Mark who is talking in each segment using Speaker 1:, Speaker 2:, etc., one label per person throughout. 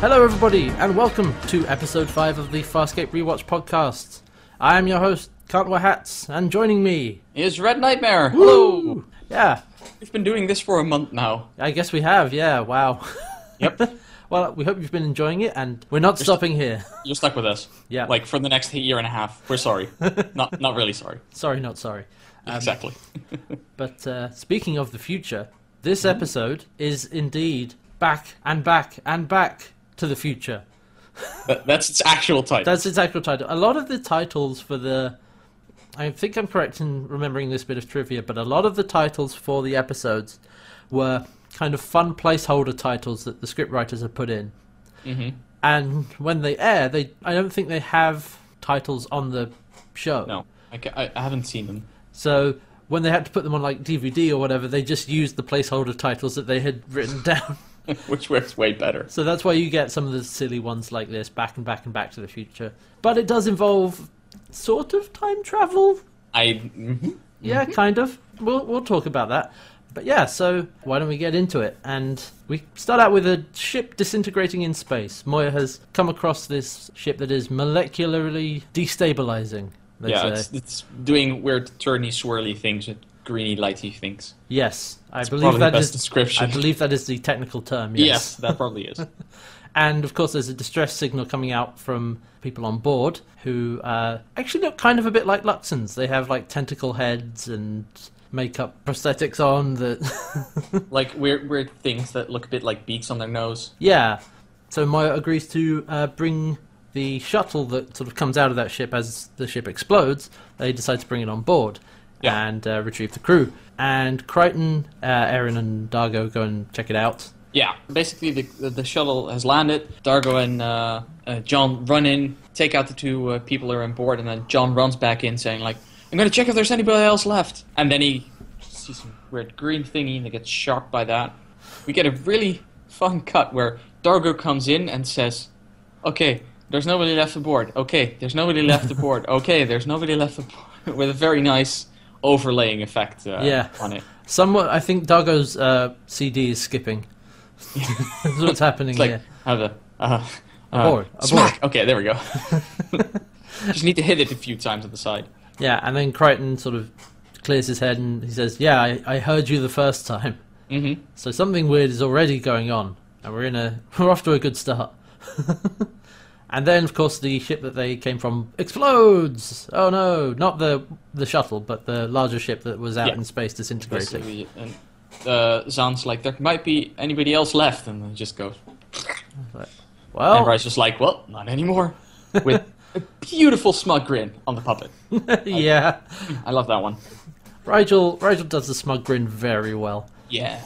Speaker 1: Hello, everybody, and welcome to episode 5 of the Farscape Rewatch podcast. I am your host, Can't Wear Hats, and joining me.
Speaker 2: Is Red Nightmare. Hello.
Speaker 1: Yeah,
Speaker 2: We've been doing this for a month now.
Speaker 1: I guess we have, yeah, wow.
Speaker 2: Yep.
Speaker 1: well, we hope you've been enjoying it, and we're not stopping here.
Speaker 2: You're stuck with us.
Speaker 1: Yeah.
Speaker 2: Like for the next year and a half. We're sorry. not not really sorry.
Speaker 1: sorry, not sorry.
Speaker 2: exactly.
Speaker 1: But uh, speaking of the future, this episode is indeed back and back and back to the future.
Speaker 2: That, that's its actual type.
Speaker 1: That's its actual title. A lot of the titles for the. I think I'm correct in remembering this bit of trivia, but a lot of the titles for the episodes were kind of fun placeholder titles that the scriptwriters had put in. And when they air, they I don't think they have titles on the show.
Speaker 2: no. I, ca- I, I haven't seen them.
Speaker 1: So when they had to put them on like DVD or whatever, they just used the placeholder titles that they had written down.
Speaker 2: Which works way better.
Speaker 1: So that's why you get some of the silly ones like this, back and back and back to the future. But it does involve sort of time travel.
Speaker 2: I mhm.
Speaker 1: Yeah, kind of. We'll we'll talk about that. But yeah, so why don't we get into it? And we start out with a ship disintegrating in space. Moya has come across this ship that is molecularly destabilizing. they
Speaker 2: Yeah,
Speaker 1: say.
Speaker 2: it's, it's doing weird turny swirly things with greeny lighty things.
Speaker 1: yes, I believe
Speaker 2: Probably
Speaker 1: that
Speaker 2: the best
Speaker 1: is. I
Speaker 2: description.
Speaker 1: believe that is the technical term.
Speaker 2: yes.
Speaker 1: Yes.
Speaker 2: that probably is.
Speaker 1: And of course, there's a distress signal coming out from people on board who uh, actually look kind of a bit like Luxons. They have like tentacle heads and makeup prosthetics on that.
Speaker 2: like weird weird things that look a bit like beaks on their nose.
Speaker 1: yeah. So Moya agrees to uh, bring the shuttle that sort of comes out of that ship as the ship explodes. They decide to bring it on board
Speaker 2: Yeah.
Speaker 1: and uh, retrieve the crew. And Crichton, uh, Aaron, and Dargo go and check it out.
Speaker 2: Yeah, basically the the, the shuttle has landed. Dargo and uh, uh, John run in, take out the two uh, people who are on board, and then John runs back in saying like, "I'm gonna check if there's anybody else left." And then he sees some weird green thingy and he gets shocked by that. We get a really fun cut where Dargo comes in and says, "Okay, there's nobody left aboard. Okay, there's nobody left aboard. Okay, there's nobody left aboard," with a very nice overlaying effect uh,
Speaker 1: Yeah.
Speaker 2: on it.
Speaker 1: Somewhat, I think Dargo's uh, CD is skipping. That's what's happening
Speaker 2: It's like
Speaker 1: here.
Speaker 2: have a uh, uh,
Speaker 1: Aboard, aboard.
Speaker 2: smack. Okay, there we go. Just need to hit it a few times at the side.
Speaker 1: Yeah, and then Crichton sort of clears his head and he says, "Yeah, I, I heard you the first time."
Speaker 2: Mm-hmm.
Speaker 1: So something weird is already going on, and we're in a we're off to a good start. and then, of course, the ship that they came from explodes. Oh no! Not the the shuttle, but the larger ship that was out
Speaker 2: Yeah.
Speaker 1: in space disintegrating.
Speaker 2: Basically, and uh, Zan's like, there might be anybody else left, and then just goes. And
Speaker 1: Well,
Speaker 2: Rice just like, well, not anymore, with a beautiful smug grin on the puppet.
Speaker 1: yeah.
Speaker 2: I love that one.
Speaker 1: Rigel Rigel does the smug grin very well.
Speaker 2: Yeah.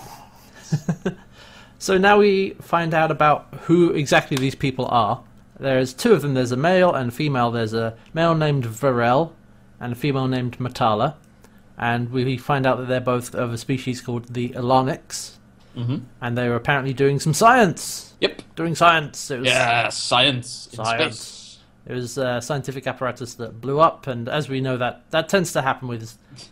Speaker 1: So now we find out about who exactly these people are. There's two of them. There's a male and a female. There's a male named Varel and a female named Matala. And we find out that they're both of a species called the Elonix.
Speaker 2: hmm
Speaker 1: And they were apparently doing some science.
Speaker 2: Yep.
Speaker 1: Doing science. It was,
Speaker 2: Yeah. Science. in
Speaker 1: Science.
Speaker 2: space.
Speaker 1: It was uh, scientific apparatus that blew up. And as we know, that, that tends to happen with
Speaker 2: I mean,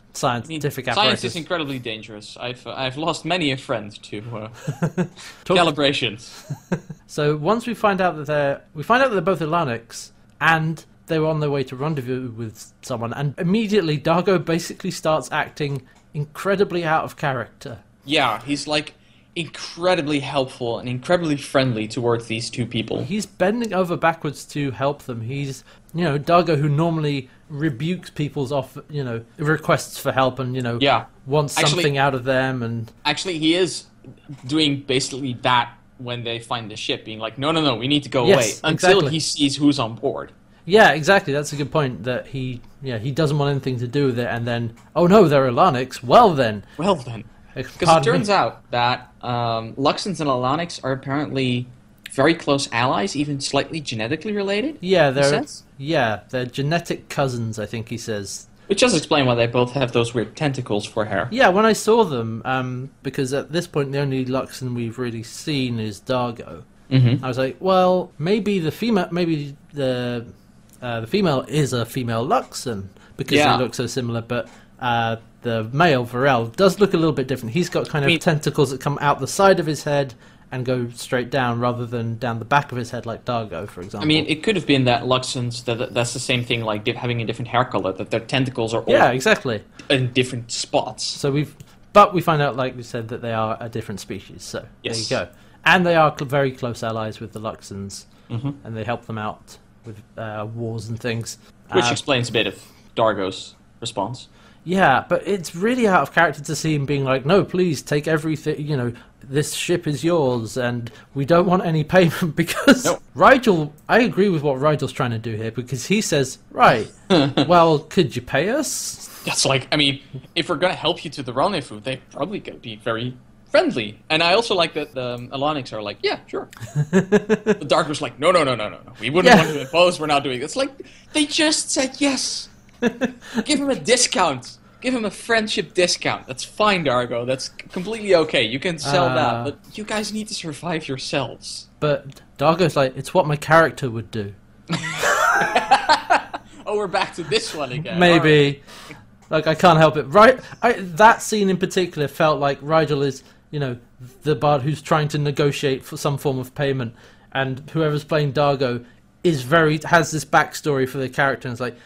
Speaker 1: scientific
Speaker 2: science
Speaker 1: apparatus.
Speaker 2: is incredibly dangerous. I've uh, I've lost many a friend to uh,
Speaker 1: Talk-
Speaker 2: calibrations.
Speaker 1: So once we find out that they're we find out that they're both Atlantics and they were on their way to rendezvous with someone and immediately Dargo basically starts acting incredibly out of character.
Speaker 2: Yeah, he's like incredibly helpful and incredibly friendly towards these two people.
Speaker 1: He's bending over backwards to help them. He's you know, Dargo who normally rebukes people's off you know, requests for help and, you know,
Speaker 2: Yeah.
Speaker 1: wants
Speaker 2: Actually-
Speaker 1: something out of them and
Speaker 2: Actually, he is doing basically that when they find the ship, being like, no, no, no, we need to go
Speaker 1: Yes,
Speaker 2: away until
Speaker 1: exactly.
Speaker 2: he sees who's on board.
Speaker 1: Yeah, exactly. That's a good point. That he yeah, he doesn't want anything to do with it and then oh no, they're Atlantics. Well then
Speaker 2: Well, then. Because
Speaker 1: pardon
Speaker 2: it
Speaker 1: me.
Speaker 2: turns out that um, Luxons and Alonics are apparently very close allies, even slightly genetically related,
Speaker 1: Yeah, they're
Speaker 2: sense?
Speaker 1: yeah, they're genetic cousins. I think he says.
Speaker 2: which does explain why they both have those weird tentacles for hair.
Speaker 1: Yeah, when I saw them, um, because at this point the only Luxon we've really seen is Dargo.
Speaker 2: Mm-hmm.
Speaker 1: I was like, well, maybe the female, maybe the uh, the female is a female Luxon because
Speaker 2: Yeah.
Speaker 1: they look so similar, but uh, the male Varel does look a little bit different. He's got kind of
Speaker 2: Me-
Speaker 1: tentacles that come out the side of his head and go straight down rather than down the back of his head like Dargo, for example.
Speaker 2: I mean, it could have been that Luxons, that, that's the same thing like di- having a different hair color, that their tentacles are all
Speaker 1: yeah, exactly.
Speaker 2: in different spots.
Speaker 1: So we've, but we find out, like we said, that they are a different species. So
Speaker 2: Yes.
Speaker 1: there you go. And they are cl- very close allies with the Luxons,
Speaker 2: Mhm.
Speaker 1: and they help them out with uh, wars and things.
Speaker 2: Which
Speaker 1: Uh,
Speaker 2: explains a bit of Dargo's response.
Speaker 1: yeah, but it's really out of character to see him being like, "No, please take everything. You know, this ship is yours, and we don't want any payment." Because
Speaker 2: No.
Speaker 1: Rigel, I agree with what Rigel's trying to do here because he says, "Right, well, could you pay us?"
Speaker 2: That's like, I mean, if we're going to help you to the rendezvous, they're probably going to be very friendly. And I also like that the um, Alonics are like, yeah, sure. the Dargo's like, no, no, no, no, no, no. We wouldn't
Speaker 1: Yeah.
Speaker 2: want to impose. We're not doing this. Like, they just said yes. Give him a discount. Give him a friendship discount. That's fine, Dargo. That's completely okay. You can sell
Speaker 1: Uh.
Speaker 2: that. But you guys need to survive yourselves.
Speaker 1: But Dargo's like, "It's what my character would do."
Speaker 2: Oh, we're back to this one again. All
Speaker 1: maybe like i can't help it right I, that scene in particular felt like rigel is you know the bard who's trying to negotiate for some form of payment and whoever's playing dargo is very has this backstory for the character and it's like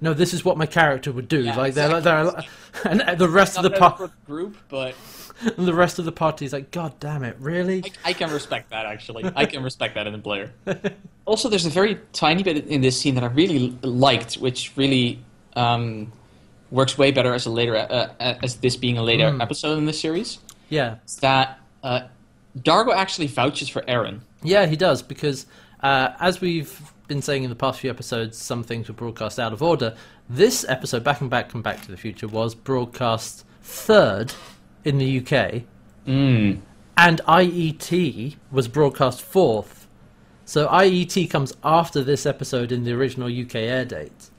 Speaker 1: no this is what my character would do
Speaker 2: Yeah,
Speaker 1: like they're, they're and the rest of
Speaker 2: right.
Speaker 1: the
Speaker 2: Not
Speaker 1: par-
Speaker 2: for the group, but
Speaker 1: and the rest of the party's like god damn it really
Speaker 2: I, I can respect that actually. I can respect that in a player. also, there's a very tiny bit in this scene that I really l- liked, which really um, works way better as a later uh, uh, as this being a later episode in this series.
Speaker 1: yeah
Speaker 2: Is that uh, Dargo actually vouches for Aaron?
Speaker 1: Yeah, he does because uh, as we've been saying in the past few episodes, some things were broadcast out of order. This episode, Back and Back and Back to the Future, was broadcast third in the UK,
Speaker 2: Mm.
Speaker 1: and IET was broadcast fourth. So IET comes after this episode in the original UK air date.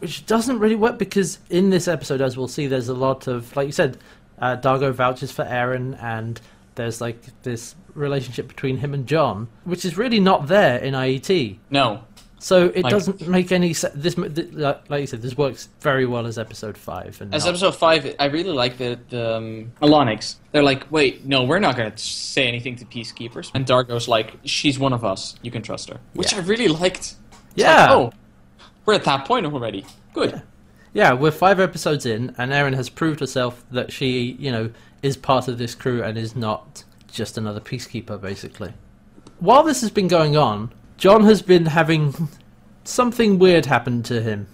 Speaker 1: Which doesn't really work because in this episode, as we'll see, there's a lot of, like you said, uh, Dargo vouches for Aaron, and there's like this relationship between him and John, which is really not there in IET.
Speaker 2: No.
Speaker 1: So it
Speaker 2: Like-
Speaker 1: doesn't make any sense. This, th- like like you said, this works very well as episode five. And
Speaker 2: As
Speaker 1: not-
Speaker 2: episode five, I really like the, the um, Alonics. They're like, wait, no, we're not going to say anything to peacekeepers. And Dargo's like, she's one of us. You can trust her, which
Speaker 1: Yeah.
Speaker 2: I really liked. It's
Speaker 1: yeah,
Speaker 2: Like, oh, we're at that point already. Good.
Speaker 1: yeah, we're five episodes in, and Erin has proved herself that she, you know, is part of this crew and is not just another peacekeeper, basically. While this has been going on, John has been having something weird happen to him.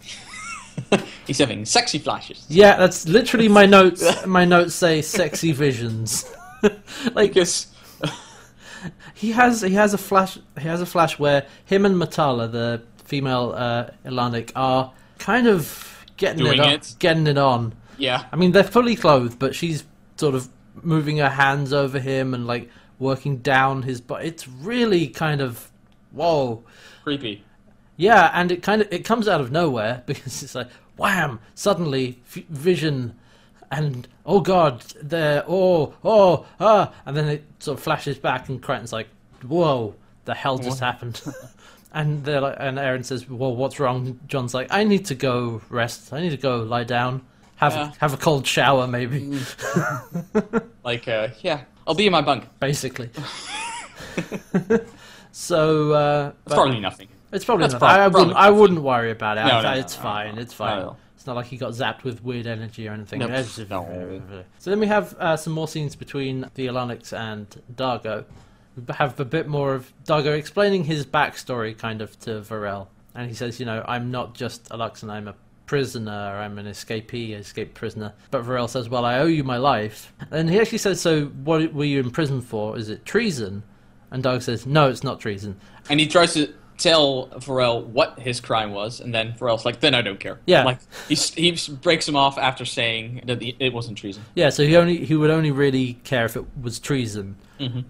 Speaker 2: He's having sexy flashes.
Speaker 1: Yeah, that's literally my notes. My notes say sexy visions. like
Speaker 2: Because
Speaker 1: he has he has a flash he has a flash where him and Matala, the female uh, Ilanic, are kind of getting
Speaker 2: Doing
Speaker 1: it, on,
Speaker 2: it.
Speaker 1: getting it on.
Speaker 2: yeah,
Speaker 1: I mean, they're fully clothed, but she's sort of moving her hands over him and like working down his butt. It's really kind of whoa,
Speaker 2: creepy.
Speaker 1: yeah. And it kind of it comes out of nowhere because it's like wham, suddenly f- vision, and oh god, there, oh oh ah, and then it sort of flashes back, and Crichton's like, whoa, the hell just happened. And they're like, and Aaron says, "Well, what's wrong?" John's like, "I need to go rest. I need to go lie down, have
Speaker 2: Yeah.
Speaker 1: have a cold shower, maybe."
Speaker 2: Like, uh, yeah, I'll be in my bunk.
Speaker 1: basically. so uh,
Speaker 2: It's
Speaker 1: but
Speaker 2: probably nothing.
Speaker 1: it's probably
Speaker 2: that's
Speaker 1: not.
Speaker 2: prob-
Speaker 1: I, I wouldn't.
Speaker 2: probably
Speaker 1: I wouldn't worry about it.
Speaker 2: No,
Speaker 1: I-
Speaker 2: no, no,
Speaker 1: it's
Speaker 2: no,
Speaker 1: fine.
Speaker 2: no,
Speaker 1: It's
Speaker 2: no,
Speaker 1: fine.
Speaker 2: no.
Speaker 1: It's not like he got zapped with weird energy or anything.
Speaker 2: No,
Speaker 1: It's-
Speaker 2: no.
Speaker 1: So then we have uh, some more scenes between the Alonics and Dargo. We have a bit more of Dargo explaining his backstory, kind of, to Varel. And he says, you know, I'm not just a Luxon, I'm a prisoner, I'm an escapee, escaped prisoner. But Varel says, well, I owe you my life. And he actually says, so what were you in prison for? Is it treason? And Dargo says, no, it's not treason.
Speaker 2: And he tries to tell Pharrell what his crime was, and then Pharrell's like, "Then I don't care."
Speaker 1: Yeah.
Speaker 2: Like he s- he s- breaks him off after saying that he, it wasn't treason.
Speaker 1: Yeah, so he only he would only really care if it was treason.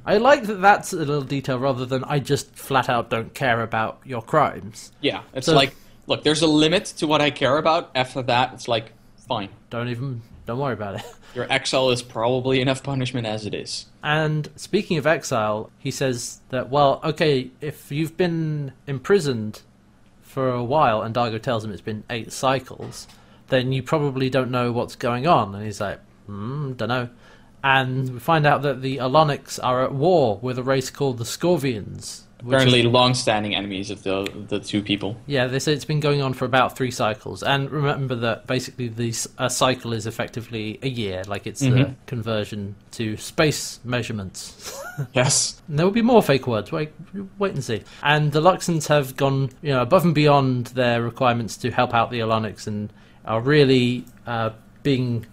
Speaker 1: I like that that's a little detail rather than I just flat out don't care about your crimes.
Speaker 2: Yeah, it's
Speaker 1: So-
Speaker 2: like, look, there's a limit to what I care about. After that, it's like, fine.
Speaker 1: Don't even don't worry about it.
Speaker 2: Your exile is probably enough punishment as it is.
Speaker 1: And speaking of exile, he says that well, okay, if you've been imprisoned for a while and Dargo tells him it's been eight cycles, then you probably don't know what's going on. And he's like, hmm, don't know. And we find out that the Alonics are at war with a race called the Scorvians. which is-
Speaker 2: Apparently, long-standing enemies of the the two people.
Speaker 1: yeah, they say it's been going on for about three cycles. And remember that basically the, s- a cycle is effectively a year, like it's the
Speaker 2: Mhm.
Speaker 1: conversion to space measurements.
Speaker 2: Yes.
Speaker 1: And there will be more fake words. Wait, wait and see. And the Luxons have gone, you know, above and beyond their requirements to help out the Alonics and are really uh, being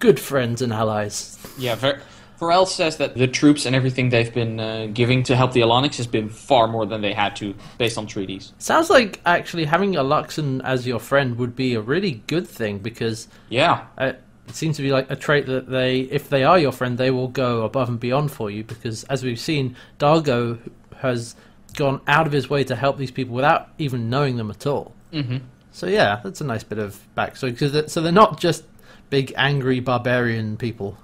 Speaker 1: good friends and allies.
Speaker 2: Yeah. Ver- Varel says that the troops and everything they've been uh, giving to help the Alonics has been far more than they had to, based on treaties.
Speaker 1: Sounds like actually having a Luxon as your friend would be a really good thing because
Speaker 2: Yeah.
Speaker 1: uh, it seems to be like a trait that they, if they are your friend, they will go above and beyond for you. Because as we've seen, Dargo has gone out of his way to help these people without even knowing them at all.
Speaker 2: hmm
Speaker 1: So yeah, that's a nice bit of backstory because they're, so they're not just big angry barbarian people.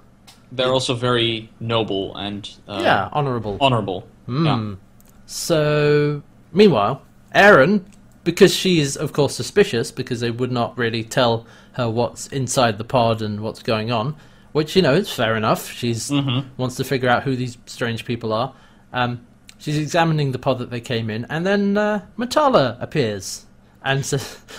Speaker 2: They're also very noble and uh,
Speaker 1: yeah, honorable.
Speaker 2: honorable.
Speaker 1: Hmm. So meanwhile, Erin, because she is of course suspicious because they would not really tell her what's inside the pod and what's going on, which you know is fair enough. She's
Speaker 2: Yeah. hmm
Speaker 1: wants to figure out who these strange people are. Um, she's examining the pod that they came in, and then uh, Matala appears and says.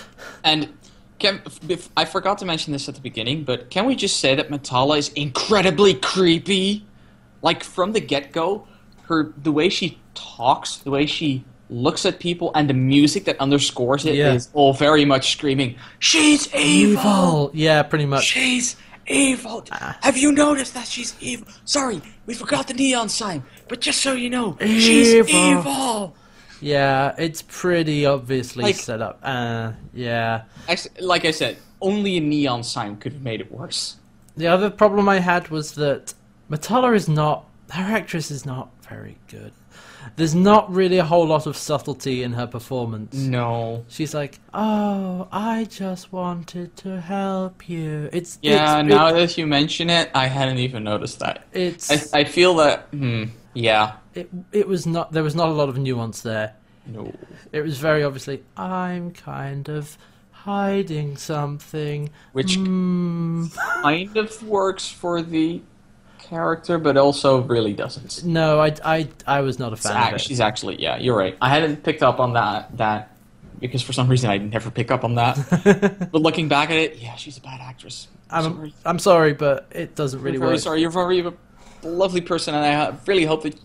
Speaker 2: And can, if, I forgot to mention this at the beginning, but can we just say that Matala is incredibly creepy? Like from the get go, her the way she talks, the way she looks at people, and the music that underscores it is
Speaker 1: Yeah.
Speaker 2: all very much screaming. She's evil.
Speaker 1: Evil. Ah. Yeah, pretty much.
Speaker 2: She's evil. Have you noticed that she's evil? Sorry, we forgot the neon sign, but just so you know, she's
Speaker 1: Evil.
Speaker 2: evil.
Speaker 1: Yeah, it's pretty obviously
Speaker 2: Like-
Speaker 1: set up. Uh, yeah.
Speaker 2: I s- Like I said, only a neon sign could have made it worse.
Speaker 1: The other problem I had was that Matala is not. Her actress is not very good. There's not really a whole lot of subtlety in her performance.
Speaker 2: Mm. No.
Speaker 1: She's like, "Oh, I just wanted to help you." It's
Speaker 2: Yeah,
Speaker 1: it's,
Speaker 2: now that you mention it, I hadn't even noticed that.
Speaker 1: it, it's
Speaker 2: I, I feel that. Hmm. Yeah.
Speaker 1: it, it was not there was not a lot of nuance there.
Speaker 2: No.
Speaker 1: It was very obviously, "I'm kind of hiding something."
Speaker 2: Which
Speaker 1: Mm.
Speaker 2: kind of works for the character, but also really doesn't.
Speaker 1: No, I, I, I was not a
Speaker 2: It's
Speaker 1: fan
Speaker 2: act-
Speaker 1: of it.
Speaker 2: she's actually. Yeah, you're right. I hadn't picked up on that. That because for some reason I never pick up on that. but looking back at it, yeah, she's a bad actress.
Speaker 1: I'm,
Speaker 2: sorry.
Speaker 1: I'm sorry, but it doesn't really
Speaker 2: I'm very
Speaker 1: work.
Speaker 2: sorry. You're very a lovely person, and I ha- really hope that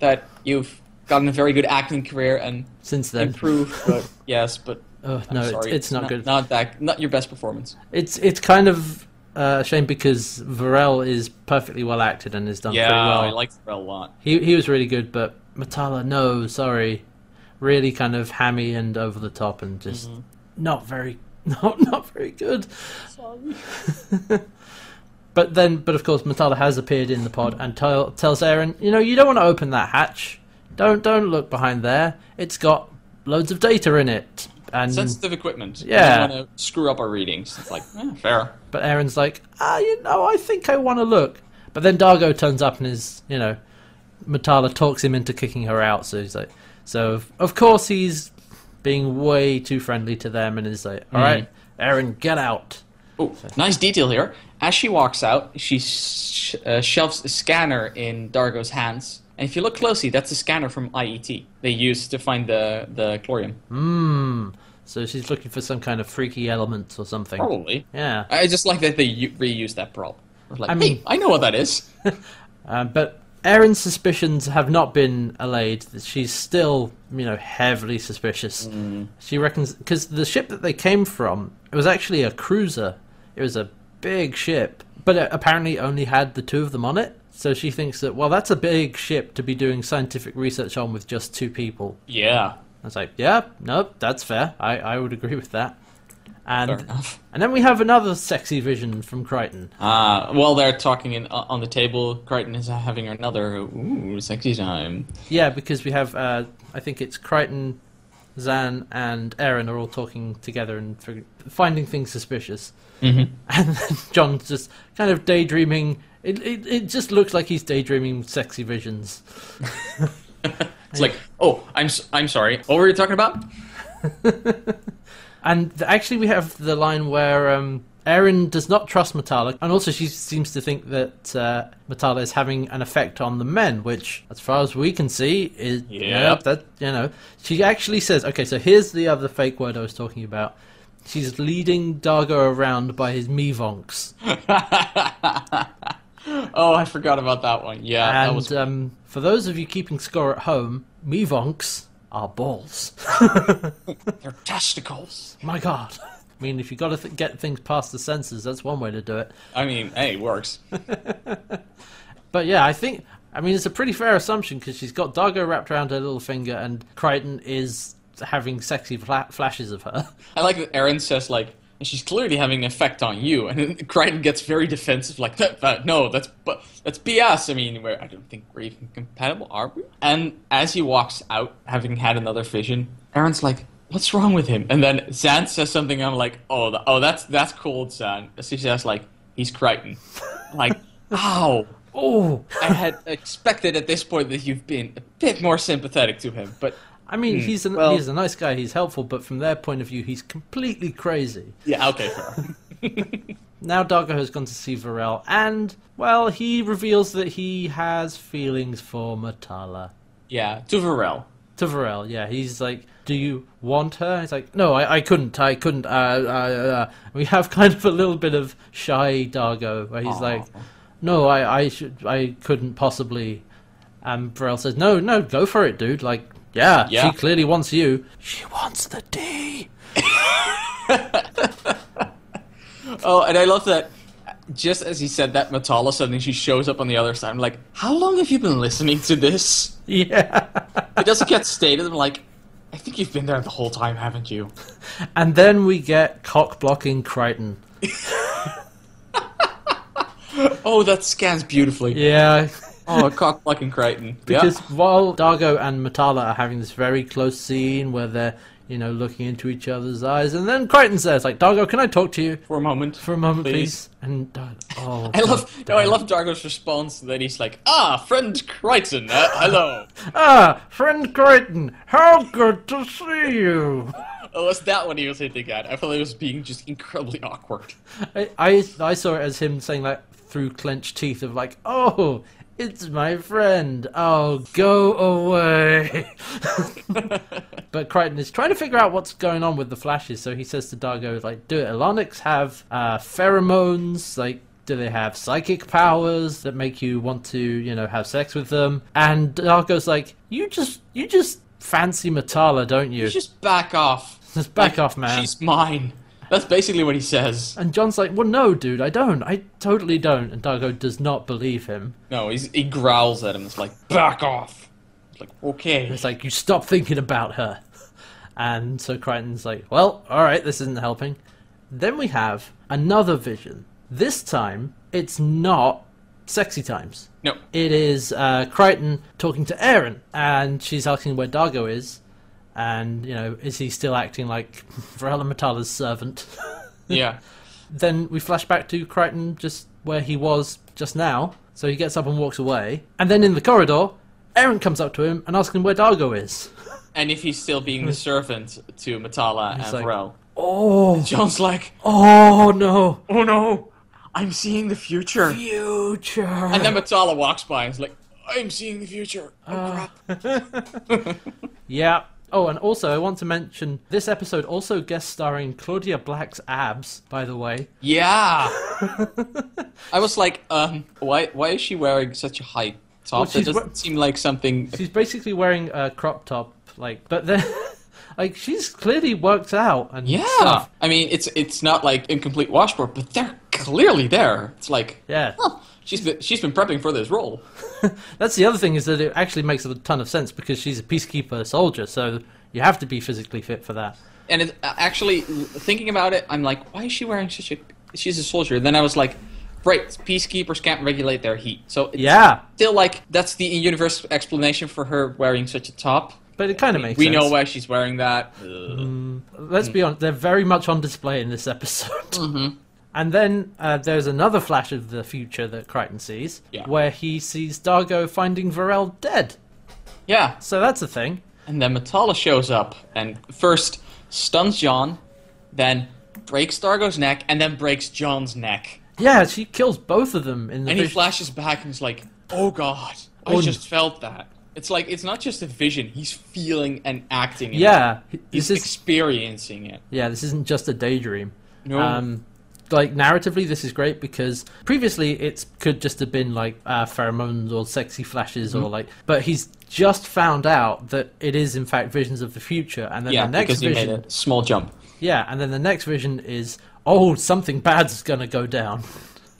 Speaker 2: that you've gotten a very good acting career and
Speaker 1: Since then,
Speaker 2: improved. But yes, but
Speaker 1: Ugh,
Speaker 2: I'm
Speaker 1: no, it's,
Speaker 2: sorry,
Speaker 1: it's not, good. Oh,
Speaker 2: Not that. Not your best performance.
Speaker 1: It's it's kind of uh, a shame because Varel is perfectly well acted and has done pretty well.
Speaker 2: I liked Pharrell a lot.
Speaker 1: he he was really good, but Matala, no, sorry, really kind of hammy and over the top and just not very not not very good. But then, but of course, Matala has appeared in the pod and tell, tells Aaron, you know, you don't want to open that hatch. Don't don't look behind there. It's got loads of data in it. And
Speaker 2: Sensitive equipment. You
Speaker 1: Yeah.
Speaker 2: Don't want to screw up our readings. It's like eh, fair.
Speaker 1: but Aaron's like, ah, you know, I think I want to look. But then Dargo turns up and is, you know, Matala talks him into kicking her out. So he's like, so of- of course he's being way too friendly to them and is like, all
Speaker 2: Mhm.
Speaker 1: right, Aaron, get out.
Speaker 2: Oh, nice detail here. As she walks out, she sh- uh, shoves a scanner in Dargo's hands. And if you look closely, that's a scanner from IET they used to find the the chlorium.
Speaker 1: Hmm. So she's looking for some kind of freaky element or something.
Speaker 2: Probably.
Speaker 1: Yeah.
Speaker 2: I just like that they u- reused that prop. I was like,
Speaker 1: I
Speaker 2: hey,
Speaker 1: mean-
Speaker 2: I know what that is.
Speaker 1: Um, but Erin's suspicions have not been allayed. She's still, you know, heavily suspicious.
Speaker 2: Mm.
Speaker 1: She reckons because the ship that they came from it was actually a cruiser. It was a big ship, but it apparently only had the two of them on it. So she thinks that well, that's a big ship to be doing scientific research on with just two people.
Speaker 2: Yeah.
Speaker 1: I was like, yeah, nope, that's fair. I, I would agree with that.
Speaker 2: Fair
Speaker 1: And
Speaker 2: enough.
Speaker 1: and then we have another sexy vision from Crichton.
Speaker 2: Ah, while they're talking in, uh, on the table, Crichton is having another ooh sexy time.
Speaker 1: Yeah, because we have, uh, I think it's Crichton, Zan, and Aaron are all talking together and fig- finding things suspicious.
Speaker 2: Mm-hmm.
Speaker 1: And then John's just kind of daydreaming. It, it, it just looks like he's daydreaming sexy visions.
Speaker 2: It's like, oh, I'm s- I'm sorry. What were you talking about?
Speaker 1: and th- actually, we have the line where um, Erin does not trust Metallic, and also she seems to think that uh, Metallic is having an effect on the men, which, as far as we can see, is
Speaker 2: Yep.
Speaker 1: that you know. She actually says, "Okay, so here's the other fake word I was talking about." She's leading Dargo around by his mevonks,
Speaker 2: oh, I forgot about that one. Yeah, that
Speaker 1: and
Speaker 2: was
Speaker 1: um, for those of you keeping score at home, mevonks are balls.
Speaker 2: their testicles.
Speaker 1: My God. I mean, if you've got to th- get things past the sensors, that's one way to do it.
Speaker 2: I mean, hey, it works.
Speaker 1: But yeah, I think, I mean, it's a pretty fair assumption because she's got Dargo wrapped around her little finger and Crichton is having sexy fla- flashes of her.
Speaker 2: I like that Erin says like she's clearly having an effect on you, and then Crichton gets very defensive, like "That- that- no, that's but that's BS. I mean, we're, I don't think we're even compatible, are we? And as he walks out, having had another vision, Erin's like. What's wrong with him? And then Zan says something. I'm like, oh, th- oh, that's that's cool, Zan. She says like, he's Crichton. Like, ow.
Speaker 1: Oh!
Speaker 2: I had expected at this point that you've been a bit more sympathetic to him, but
Speaker 1: I mean, he's, a,
Speaker 2: well-
Speaker 1: he's a nice guy, he's helpful, but from their point of view, he's completely crazy.
Speaker 2: yeah, okay, fair.
Speaker 1: Now Dargo has gone to see Varel and, well, he reveals that he has feelings for Matala.
Speaker 2: yeah, to Varel.
Speaker 1: to Varel. Yeah, he's like, "Do you want her?" He's like, "No, I, I couldn't. I couldn't." Uh, uh, uh. We have kind of a little bit of shy Dargo, where he's
Speaker 2: Aw.
Speaker 1: like, "No, I, I should, I couldn't possibly." And Varel says, "No, no, go for it, dude. Like, yeah,
Speaker 2: Yeah.
Speaker 1: she clearly wants you. She wants the D."
Speaker 2: Oh, and I love that. Just as he said that, Matala suddenly she shows up on the other side. I'm like, how long have you been listening to this?
Speaker 1: Yeah.
Speaker 2: It doesn't get stated. I'm like, I think you've been there the whole time, haven't you?
Speaker 1: And then we get cock blocking Crichton.
Speaker 2: Oh, that scans beautifully.
Speaker 1: Yeah.
Speaker 2: Oh, cock fucking Crichton.
Speaker 1: Because
Speaker 2: yeah.
Speaker 1: while Dargo and Matala are having this very close scene where they're, you know, looking into each other's eyes, and then Crichton says, like, Dargo, can I talk to you
Speaker 2: For a moment.
Speaker 1: for a moment, please?
Speaker 2: Please.
Speaker 1: And Dar- oh,
Speaker 2: I love
Speaker 1: God
Speaker 2: no, I
Speaker 1: damn.
Speaker 2: love Dargo's response. That he's like, ah, friend Crichton, uh, hello.
Speaker 1: Ah, friend Crichton, how good to see you.
Speaker 2: Oh, it's that one he was hitting at. I felt it was being just incredibly awkward.
Speaker 1: I, I I saw it as him saying like through clenched teeth of like, oh, it's my friend. Oh, go away. but Crichton is trying to figure out what's going on with the flashes, so he says to Dargo like, do Elonics have uh, pheromones like? Do they have psychic powers that make you want to, you know, have sex with them? And Dargo's like, "You just, you just fancy Matala, don't you?
Speaker 2: Just back off.
Speaker 1: Just back
Speaker 2: Like,
Speaker 1: off, man."
Speaker 2: She's mine. That's basically what he says.
Speaker 1: And John's like, well, no, dude, I don't. I totally don't. And Dargo does not believe him.
Speaker 2: No, he's, he growls at him. It's like, back off. It's like, okay.
Speaker 1: It's like, you stop thinking about her. And so Crichton's like, well, all right, this isn't helping. Then we have another vision. This time, it's not sexy times.
Speaker 2: No.
Speaker 1: It is uh, Crichton talking to Aaron, and she's asking where Dargo is, and, you know, is he still acting like Varela Matala's servant?
Speaker 2: Yeah.
Speaker 1: then we flash back to Crichton just where he was just now. So he gets up and walks away. And then in the corridor, Aaron comes up to him and asks him where Dargo is.
Speaker 2: And if he's still being the servant to Matala and
Speaker 1: He's like-
Speaker 2: Varel.
Speaker 1: Oh,
Speaker 2: John's like,
Speaker 1: oh no.
Speaker 2: oh no, I'm seeing the future.
Speaker 1: Future.
Speaker 2: And then Matala walks by and is like, I'm seeing the future. Oh,
Speaker 1: Uh.
Speaker 2: crap.
Speaker 1: yeah. Oh, and also, I want to mention this episode also guest starring Claudia Black's abs, by the way.
Speaker 2: Yeah. I was like, um, why, why is she wearing such a high top?
Speaker 1: Well,
Speaker 2: that
Speaker 1: she's
Speaker 2: doesn't
Speaker 1: we-
Speaker 2: seem like something.
Speaker 1: She's basically wearing a crop top, like, but then, like, she's clearly worked out and
Speaker 2: Yeah,
Speaker 1: stuff.
Speaker 2: I mean it's it's not like incomplete washboard, but they're clearly there. It's like
Speaker 1: Yeah.
Speaker 2: huh, she's been she's been prepping for this role.
Speaker 1: That's the other thing is that it actually makes a ton of sense because she's a peacekeeper soldier, so you have to be physically fit for that.
Speaker 2: And it, actually, thinking about it, I'm like, why is she wearing such a? She's a soldier. Then I was like, right, peacekeepers can't regulate their heat, so it's
Speaker 1: Yeah,
Speaker 2: still like that's the universal explanation for her wearing such a top.
Speaker 1: but it kind of makes
Speaker 2: we
Speaker 1: sense.
Speaker 2: know why she's wearing that.
Speaker 1: Let's
Speaker 2: Mm.
Speaker 1: be honest; they're very much on display in this episode.
Speaker 2: Mm-hmm.
Speaker 1: And then uh, there's another flash of the future that Crichton sees,
Speaker 2: Yeah.
Speaker 1: where he sees Dargo finding Varel dead.
Speaker 2: Yeah,
Speaker 1: So that's a thing.
Speaker 2: and then Matala shows up, and first stuns John, then breaks Dargo's neck, and then breaks John's neck.
Speaker 1: Yeah, she kills both of them in the
Speaker 2: And he
Speaker 1: vis-
Speaker 2: flashes back and is like, "Oh God, I
Speaker 1: Oh, no.
Speaker 2: just felt that." It's like it's not just a vision; he's feeling and acting. It.
Speaker 1: Yeah,
Speaker 2: he's
Speaker 1: this is
Speaker 2: experiencing it.
Speaker 1: yeah, this isn't just a daydream.
Speaker 2: No,
Speaker 1: Um, like narratively, this is great because previously it could just have been like uh, pheromones or sexy flashes
Speaker 2: Mm-hmm.
Speaker 1: or like, but he's just found out that it is in fact visions of the future, and then
Speaker 2: yeah,
Speaker 1: the next
Speaker 2: because he
Speaker 1: vision,
Speaker 2: made a small jump.
Speaker 1: yeah, and then the next vision is oh something bad's gonna go down.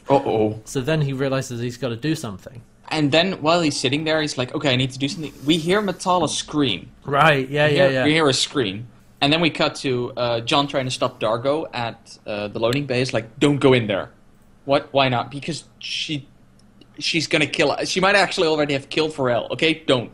Speaker 2: Uh oh.
Speaker 1: So then he realizes he's got to do something.
Speaker 2: And then while he's sitting there, he's like, "Okay, I need to do something." We hear Matala scream.
Speaker 1: Right? Yeah,
Speaker 2: We
Speaker 1: yeah,
Speaker 2: hear-
Speaker 1: yeah.
Speaker 2: We hear a scream, and then we cut to uh, John trying to stop Dargo at uh, the loading bay. It's like, "Don't go in there." What? Why not? Because she, she's gonna kill. She might actually already have killed Pharrell. Okay, don't.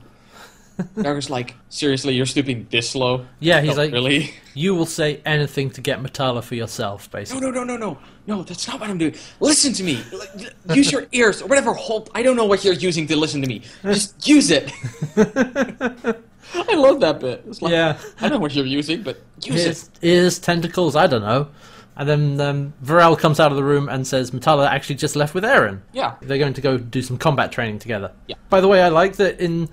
Speaker 2: Dargo's like, "Seriously, you're stooping this low?"
Speaker 1: Yeah, he's
Speaker 2: "Not
Speaker 1: like-
Speaker 2: "Really?"
Speaker 1: You will say anything to get Matala for yourself,
Speaker 2: No,
Speaker 1: basically.
Speaker 2: no, no, no, no, no. That's not what I'm doing. Listen to me. L- Use your ears or whatever. Hold. I don't know what you're using to listen to me. Just use it. I love that bit. It's like,
Speaker 1: Yeah.
Speaker 2: I don't know what you're using, but use it.
Speaker 1: Ears, ears, tentacles, I don't know. And then um, Varel comes out of the room and says Matala actually just left with Aaron.
Speaker 2: Yeah.
Speaker 1: They're going to go do some combat training together.
Speaker 2: Yeah.
Speaker 1: By the way, I like that in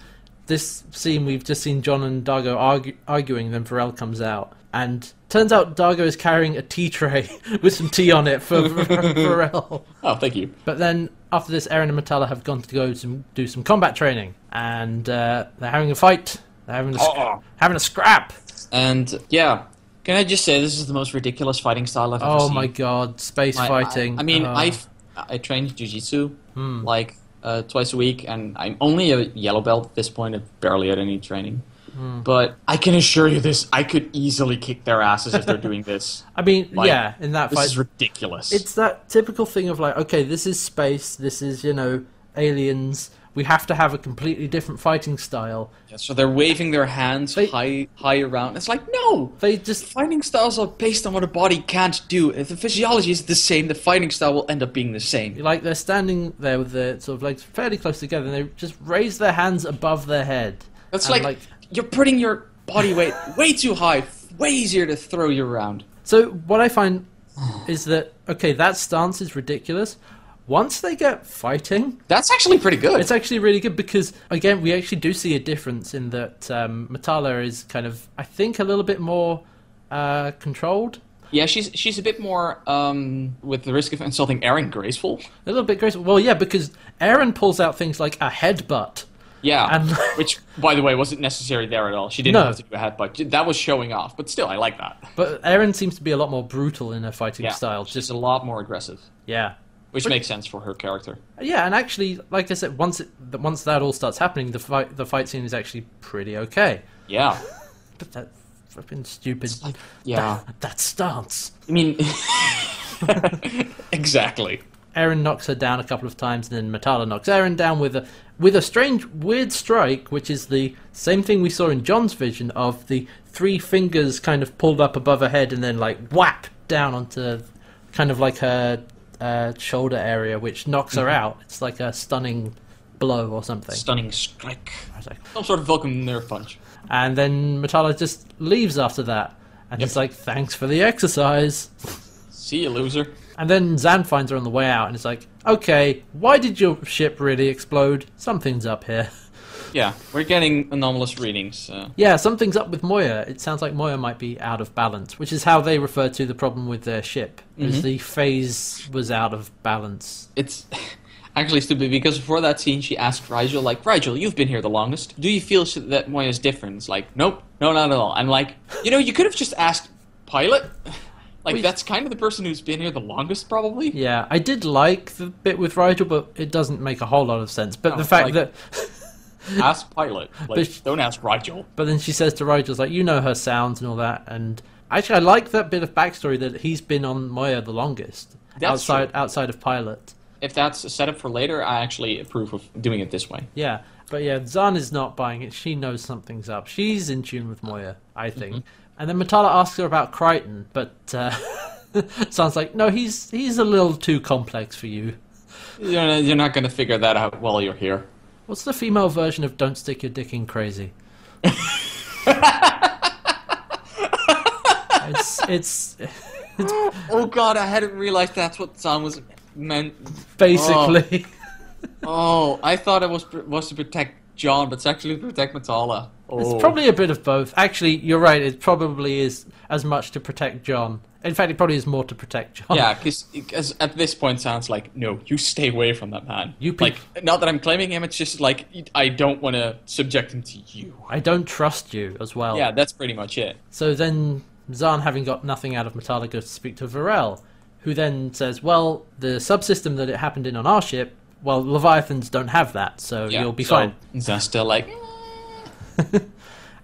Speaker 1: this scene we've just seen John and Dargo argu- arguing, then Varel comes out. And turns out Dargo is carrying a tea tray with some tea on it for, for, Varel.
Speaker 2: Oh, thank you.
Speaker 1: But then after this, Aaron and Matala have gone to go some, do some combat training. And uh, they're having a fight. They're having a, sc-
Speaker 2: Uh-uh.
Speaker 1: having a scrap.
Speaker 2: And yeah, can I just say this is the most ridiculous fighting style I've ever
Speaker 1: Oh
Speaker 2: seen.
Speaker 1: my god, space
Speaker 2: My-
Speaker 1: fighting. Hmm.
Speaker 2: I, I mean,
Speaker 1: Oh.
Speaker 2: I've I trained jujitsu like uh, twice a week, and I'm only a yellow belt at this point. I've barely had any training.
Speaker 1: Hmm.
Speaker 2: But I can assure you this: I could easily kick their asses if they're doing this.
Speaker 1: I mean,
Speaker 2: like,
Speaker 1: yeah, in that
Speaker 2: This
Speaker 1: fight,
Speaker 2: is ridiculous.
Speaker 1: it's that typical thing of like, okay, this is space, this is you know aliens. We have to have a completely different fighting style.
Speaker 2: Yeah, so they're waving their hands
Speaker 1: They-
Speaker 2: high, high around. It's like no.
Speaker 1: They just
Speaker 2: Fighting styles are based on what a body can't do. If the physiology is the same, the fighting style will end up being the same.
Speaker 1: like they're standing there with their sort of legs fairly close together, and they just raise their hands above their head.
Speaker 2: That's
Speaker 1: And,
Speaker 2: like, you're putting your body weight way too high, way easier to throw you around.
Speaker 1: So what I find is that okay, that stance is ridiculous. Once they get fighting,
Speaker 2: That's actually pretty good.
Speaker 1: It's actually really good because again, we actually do see a difference in that um, Matala is kind of, I think, a little bit more uh, controlled,
Speaker 2: yeah, she's she's a bit more um, with the risk of insulting Aaron graceful.
Speaker 1: a little bit graceful. Well, yeah, because Aaron pulls out things like a headbutt.
Speaker 2: Yeah,
Speaker 1: And-
Speaker 2: which by the way wasn't necessary there at all. She didn't
Speaker 1: No.
Speaker 2: have to do a headbutt. That was showing off, but still, I like that.
Speaker 1: But Aaron seems to be a lot more brutal in her fighting
Speaker 2: Yeah,
Speaker 1: style.
Speaker 2: she's
Speaker 1: Just
Speaker 2: a lot more aggressive,
Speaker 1: yeah,
Speaker 2: which makes sense for her character.
Speaker 1: yeah, and actually, like I said, once it, th- once that all starts happening, the fight the fight scene is actually pretty okay.
Speaker 2: Yeah,
Speaker 1: But that flipping stupid,
Speaker 2: like yeah.
Speaker 1: that, that stance.
Speaker 2: I mean, exactly.
Speaker 1: Aaron knocks her down a couple of times, and then Matala knocks Aaron down with a with a strange, weird strike, which is the same thing we saw in John's vision of the three fingers kind of pulled up above her head, and then like whack down onto kind of like her uh, shoulder area, which knocks her out. It's like a stunning blow or something.
Speaker 2: Stunning strike.
Speaker 1: I was like-
Speaker 2: Some sort of Vulcan nerve punch.
Speaker 1: And then Matala just leaves after that, and
Speaker 2: Yep.
Speaker 1: he's like, "Thanks for the exercise."
Speaker 2: See you, loser.
Speaker 1: And then Zan finds her on the way out and it's like, okay, why did your ship really explode? Something's up here.
Speaker 2: Yeah, we're getting anomalous readings. Uh,
Speaker 1: Yeah, something's up with Moya. It sounds like Moya might be out of balance, which is how they refer to the problem with their ship.
Speaker 2: Mm-hmm.
Speaker 1: Because the phase was out of balance.
Speaker 2: it's actually stupid because before that scene, she asked Rigel, like, Rigel, you've been here the longest. Do you feel sh- that Moya's different? It's like, nope, no, not at all. I'm like, you know, you could have just asked Pilot. Like,
Speaker 1: Wait.
Speaker 2: that's kind of the person who's been here the longest, probably.
Speaker 1: Yeah, I did like the bit with Rigel, but it doesn't make a whole lot of sense. But
Speaker 2: No,
Speaker 1: the fact
Speaker 2: Oh, like-
Speaker 1: that,
Speaker 2: Ask Pilot. Like,
Speaker 1: But-
Speaker 2: don't ask Rigel.
Speaker 1: but then she says to Rigel, it's like, you know her sounds and all that. And actually, I like that bit of backstory that he's been on Moya the longest.
Speaker 2: That's
Speaker 1: outside, outside of Pilot.
Speaker 2: If that's a setup for later, I actually approve of doing it this way.
Speaker 1: Yeah, but yeah, Zan is not buying it. She knows something's up. She's in tune with Moya, I
Speaker 2: Mm-hmm.
Speaker 1: think. And then Matala asks her about Crichton, but uh, Zan's like, no, he's he's a little too complex for you.
Speaker 2: You're not, you're not going to figure that out while you're here.
Speaker 1: What's the female version of "Don't stick your dick in crazy"? it's
Speaker 2: oh god, I hadn't realized that's what the song was meant.
Speaker 1: basically
Speaker 2: Oh, I thought it was pr- was to protect John, but it's actually to protect Matala. Oh.
Speaker 1: it's probably a bit of both. Actually, you're right. It probably is as much to protect John. In fact, it probably is more to protect John.
Speaker 2: Yeah, because at this point, sounds like no, you stay away from that man.
Speaker 1: You
Speaker 2: like
Speaker 1: peop-
Speaker 2: not that I'm claiming him. It's just like I don't want to subject him to you.
Speaker 1: I don't trust you as well.
Speaker 2: Yeah, that's pretty much it.
Speaker 1: So then Zahn, having got nothing out of Metallica, goes to speak to Varel, who then says, "Well, the subsystem that it happened in on our ship, well, Leviathans don't have that, so
Speaker 2: Yeah,
Speaker 1: you'll be
Speaker 2: so
Speaker 1: fine."
Speaker 2: They're still like,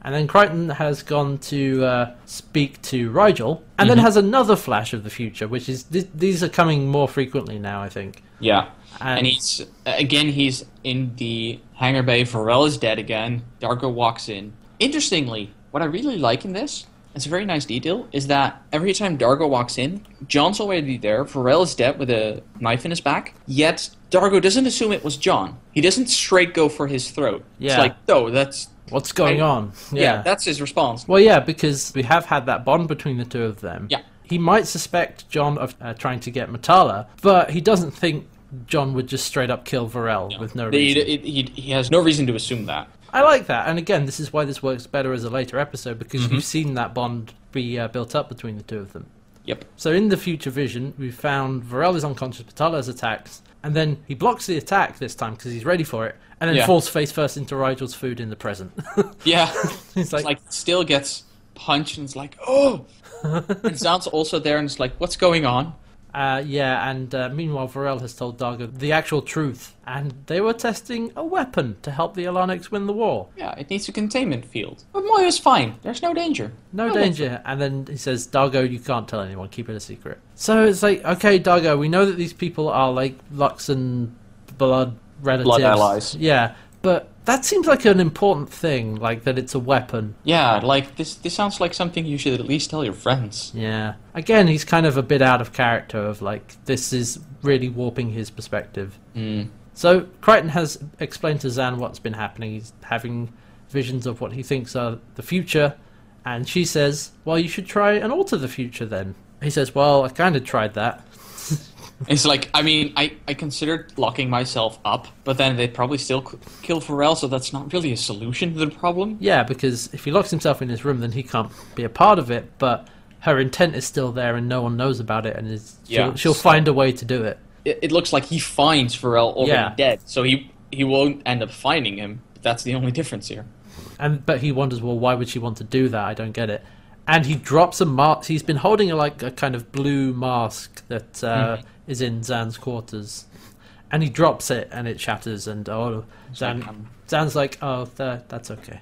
Speaker 1: And then Crichton has gone to uh, speak to Rigel, and
Speaker 2: Mm-hmm.
Speaker 1: then has another flash of the future, which is th- these are coming more frequently now, I think.
Speaker 2: yeah.
Speaker 1: And-
Speaker 2: And, he's again, he's in the hangar bay. Varel is dead again. Darko walks in. Interestingly, what I really like in this, it's a very nice detail, is that every time Dargo walks in, John's already there. Varel is dead with a knife in his back. Yet Dargo doesn't assume it was John. He doesn't straight go for his throat.
Speaker 1: Yeah.
Speaker 2: It's like, no, that's
Speaker 1: What's going
Speaker 2: I-
Speaker 1: on?
Speaker 2: yeah, that's his response.
Speaker 1: Well, yeah, because we have had that bond between the two of them.
Speaker 2: Yeah.
Speaker 1: He might suspect John of uh, trying to get Matala, but he doesn't think John would just straight up kill Varel with no
Speaker 2: He,
Speaker 1: reason.
Speaker 2: he, he has no reason to assume that.
Speaker 1: I like that, and again, this is why this works better as a later episode because
Speaker 2: Mm-hmm.
Speaker 1: you've seen that bond be uh, built up between the two of them.
Speaker 2: Yep.
Speaker 1: So in the future vision, we found Varel is unconscious, Patala is attacked, and then he blocks the attack this time because he's ready for it, and then
Speaker 2: Yeah.
Speaker 1: falls face first into Rigel's food in the present.
Speaker 2: Yeah.
Speaker 1: it's
Speaker 2: It's like, still gets punched and it's like, oh. and Zan's also there and it's like, what's going on?
Speaker 1: Uh, yeah, and uh, meanwhile, Varel has told Dargo the actual truth, and they were testing a weapon to help the Alonics win the war.
Speaker 2: Yeah, it needs a containment field. But Moya's fine. There's no danger.
Speaker 1: No
Speaker 2: Oh,
Speaker 1: danger. And then he says, Dargo, you can't tell anyone, keep it a secret. So it's like, okay, Dargo, we know that these people are like Lux and blood relatives.
Speaker 2: allies.
Speaker 1: Yeah, but that seems like an important thing, like that it's a weapon.
Speaker 2: Yeah, like this. This sounds like something you should at least tell your friends.
Speaker 1: Yeah. Again, he's kind of a bit out of character of like this is really warping his perspective.
Speaker 2: Mm.
Speaker 1: So Crichton has explained to Zan what's been happening. He's having visions of what he thinks are the future, and she says, "Well, you should try and alter the future then." He says, "Well, I kind of tried that."
Speaker 2: It's like, I mean, I, I considered locking myself up, but then they'd probably still c- kill Pharrell, so that's not really a solution to the problem.
Speaker 1: Yeah, because if he locks himself in his room, then he can't be a part of it. But her intent is still there, and no one knows about it, and is,
Speaker 2: Yeah.
Speaker 1: she'll, she'll find a way to do it.
Speaker 2: It, it looks like he finds Pharrell already
Speaker 1: Yeah.
Speaker 2: dead, so he he won't end up finding him. That's the only difference here.
Speaker 1: And but he wonders, well, why would she want to do that? I don't get it. And he drops a mask. He's been holding a, like a kind of blue mask that uh,
Speaker 2: Mm-hmm.
Speaker 1: is in Zan's quarters, and he drops it, and it shatters. And oh, Zan,
Speaker 2: like, um,
Speaker 1: Zan's like, oh, tha- that's okay.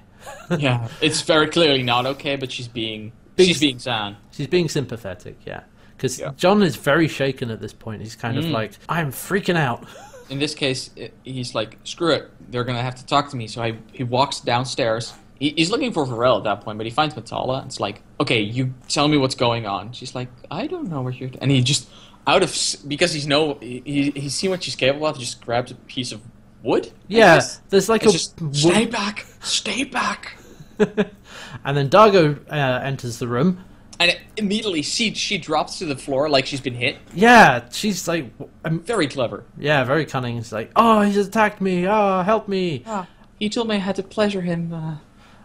Speaker 2: yeah, it's very clearly not okay, but she's being
Speaker 1: Being-
Speaker 2: she's being Zan.
Speaker 1: She's being sympathetic, yeah. Because
Speaker 2: Yeah. Mm.
Speaker 1: John is very shaken at this point. He's kind of like, I'm freaking out.
Speaker 2: In this case, i- he's like, "Screw it, they're gonna have to talk to me." So I, he walks downstairs. He, he's looking for Varel at that point, but he finds Matala. And it's like, "Okay, you tell me what's going on." She's like, "I don't know what you're." And he just out of s- because he's no he, he- he's seen what she's capable of. Just grabs a piece of wood. I
Speaker 1: yeah,
Speaker 2: guess.
Speaker 1: there's like a
Speaker 2: It's just
Speaker 1: wo-
Speaker 2: stay back, stay back.
Speaker 1: and then Dargo uh, enters the room.
Speaker 2: And immediately she she drops to the floor like she's been hit.
Speaker 1: Yeah, she's like, w- um,
Speaker 2: Very clever.
Speaker 1: yeah, very cunning. He's like, oh, he's attacked me. Oh, help me.
Speaker 2: He told me I had to pleasure him, uh,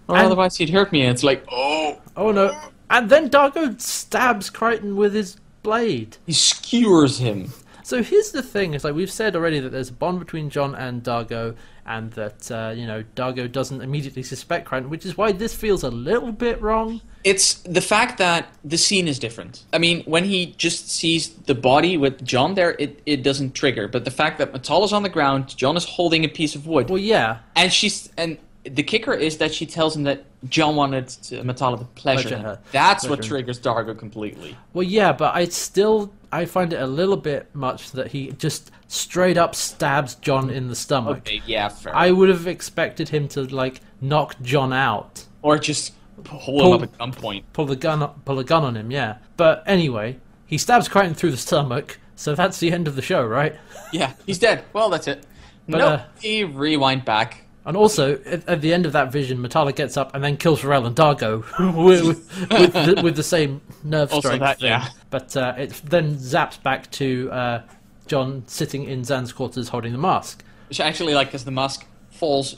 Speaker 2: or
Speaker 1: And-
Speaker 2: otherwise he'd hurt me. And it's like, oh,
Speaker 1: Oh no! And then Dargo stabs Crichton with his blade.
Speaker 2: he skewers him.
Speaker 1: So here's the thing: it's like we've said already that there's a bond between John and Dargo, and that uh, you know Dargo doesn't immediately suspect Crichton, which is why this feels a little bit wrong.
Speaker 2: It's the fact that the scene is different. I mean, when he just sees the body with John there, it, it doesn't trigger. But the fact that Matala's on the ground, John is holding a piece of wood,
Speaker 1: Well, yeah,
Speaker 2: and she's and the kicker is that she tells him that John wanted to, Matala to pleasure,
Speaker 1: Pleasure
Speaker 2: him.
Speaker 1: her.
Speaker 2: That's what
Speaker 1: Pleasure
Speaker 2: triggers Dargo completely.
Speaker 1: well, yeah, but I still I find it a little bit much that he just straight up stabs John in the stomach.
Speaker 2: Okay, yeah, fair.
Speaker 1: I would have expected him to like knock John out
Speaker 2: or just hold
Speaker 1: Pull-
Speaker 2: him up at gunpoint.
Speaker 1: pull the gun pull a gun on him. Yeah, but anyway, he stabs Crichton through the stomach. So that's the end of the show, right?
Speaker 2: Yeah, he's dead. Well, that's it.
Speaker 1: But,
Speaker 2: no,
Speaker 1: uh,
Speaker 2: he rewind back.
Speaker 1: And also, at, at the end of that vision, Metallic gets up and then kills Pharrell and Dargo with, with, with, the, with the same nerve
Speaker 2: Also
Speaker 1: strength.
Speaker 2: that,
Speaker 1: thing.
Speaker 2: yeah.
Speaker 1: But uh, it then zaps back to uh, John sitting in Zan's quarters holding the mask.
Speaker 2: Which actually, like, because the mask falls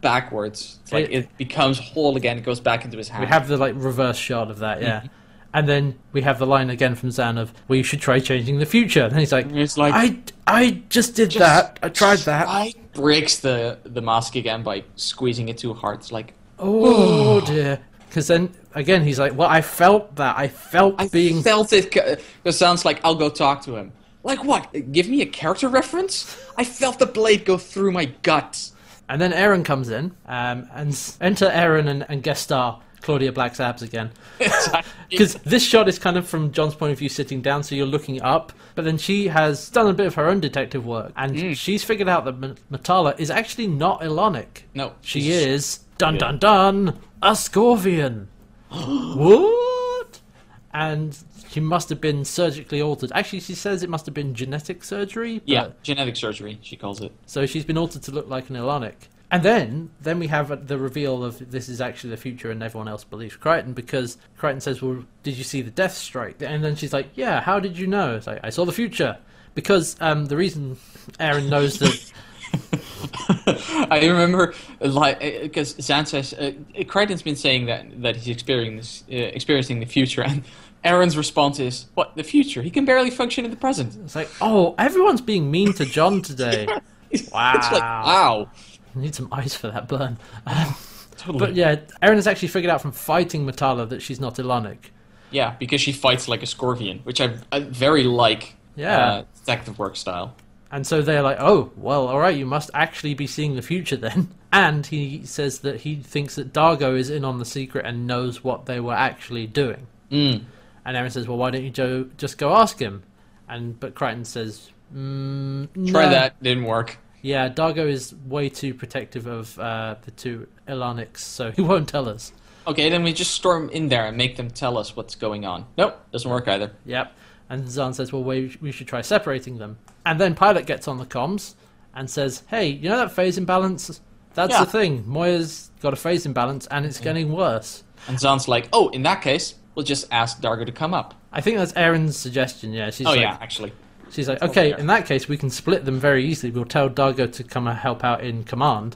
Speaker 2: backwards, it's like
Speaker 1: It-
Speaker 2: it, becomes whole again. It goes back into his hand.
Speaker 1: We have the like reverse shot of that,
Speaker 2: Mm-hmm.
Speaker 1: yeah. And then we have the line again from Zan of, "Well, you should try changing the future." And he's like,
Speaker 2: It's like-
Speaker 1: "I, I just did
Speaker 2: Just-
Speaker 1: that. I tried that.
Speaker 2: I breaks the the mask again by squeezing it too hard. It's like
Speaker 1: Oh dear." Because then again, he's like, "Well, I felt that. I felt
Speaker 2: I
Speaker 1: being."
Speaker 2: felt it. c- It sounds like I'll go talk to him. Like what? Give me a character reference? I felt the blade go through my gut.
Speaker 1: And then Aaron comes in, um, and s- enter Aaron and, and guest star Claudia Black's abs again. Because this shot is kind of from John's point of view sitting down, so you're looking up. But then she has done a bit of her own detective work, and
Speaker 2: Mm.
Speaker 1: she's figured out that M- Matala is actually not Ilonic.
Speaker 2: No,
Speaker 1: She
Speaker 2: she's-
Speaker 1: is, dun dun dun, a Scorpion. what? And she must have been surgically altered. Actually, she says it must have been genetic surgery. But
Speaker 2: yeah, genetic surgery. She calls it.
Speaker 1: so she's been altered to look like an Ilonic. And then, then we have the reveal of this is actually the future, and everyone else believes Crichton because Crichton says, "Well, did you see the Death Strike?" And then she's like, "Yeah, how did you know?" It's like, "I saw the future," because um, the reason Aaron knows that
Speaker 2: I remember, like, eh, because Zan says uh, Crichton's been saying that that he's experiencing uh, experiencing the future, and Aaron's response is, "What the future? He can barely function in the present."
Speaker 1: it's like, "Oh, everyone's being mean to John today."
Speaker 2: It's like,
Speaker 1: Wow.
Speaker 2: wow.
Speaker 1: I need some ice for that burn. Um,
Speaker 2: Totally.
Speaker 1: but yeah, Aaron has actually figured out from fighting Matala that she's not Ilonic.
Speaker 2: Yeah, because she fights like a scorpion, which I, I very like.
Speaker 1: Yeah.
Speaker 2: uh, detective work style.
Speaker 1: And so they're like, oh, well, all right, you must actually be seeing the future then. And he says that he thinks that Dargo is in on the secret and knows what they were actually doing.
Speaker 2: Mm.
Speaker 1: And Aaron says, well, why don't you jo- just go ask him? And but Crichton says, mm,
Speaker 2: Try
Speaker 1: no.
Speaker 2: that didn't work.
Speaker 1: Yeah, Dargo is way too protective of uh, the two Elanics, so he won't tell us.
Speaker 2: Okay, then we just storm in there and make them tell us what's going on. Nope, doesn't work either.
Speaker 1: Yep. And Zahn says, well, we, we should try separating them. And then Pilot gets on the comms and says, hey, you know that phase imbalance? That's
Speaker 2: Yeah. Mm.
Speaker 1: the thing. Moya's got a phase imbalance and it's getting worse.
Speaker 2: And Zahn's like, "Oh, in that case, we'll just ask Dargo to come up."
Speaker 1: I think that's Erin's suggestion, yeah. She's
Speaker 2: oh
Speaker 1: like,
Speaker 2: yeah, actually.
Speaker 1: She's like,
Speaker 2: That's
Speaker 1: okay,
Speaker 2: fair.
Speaker 1: in that case, we can split them very easily. We'll tell Dargo to come and help out in command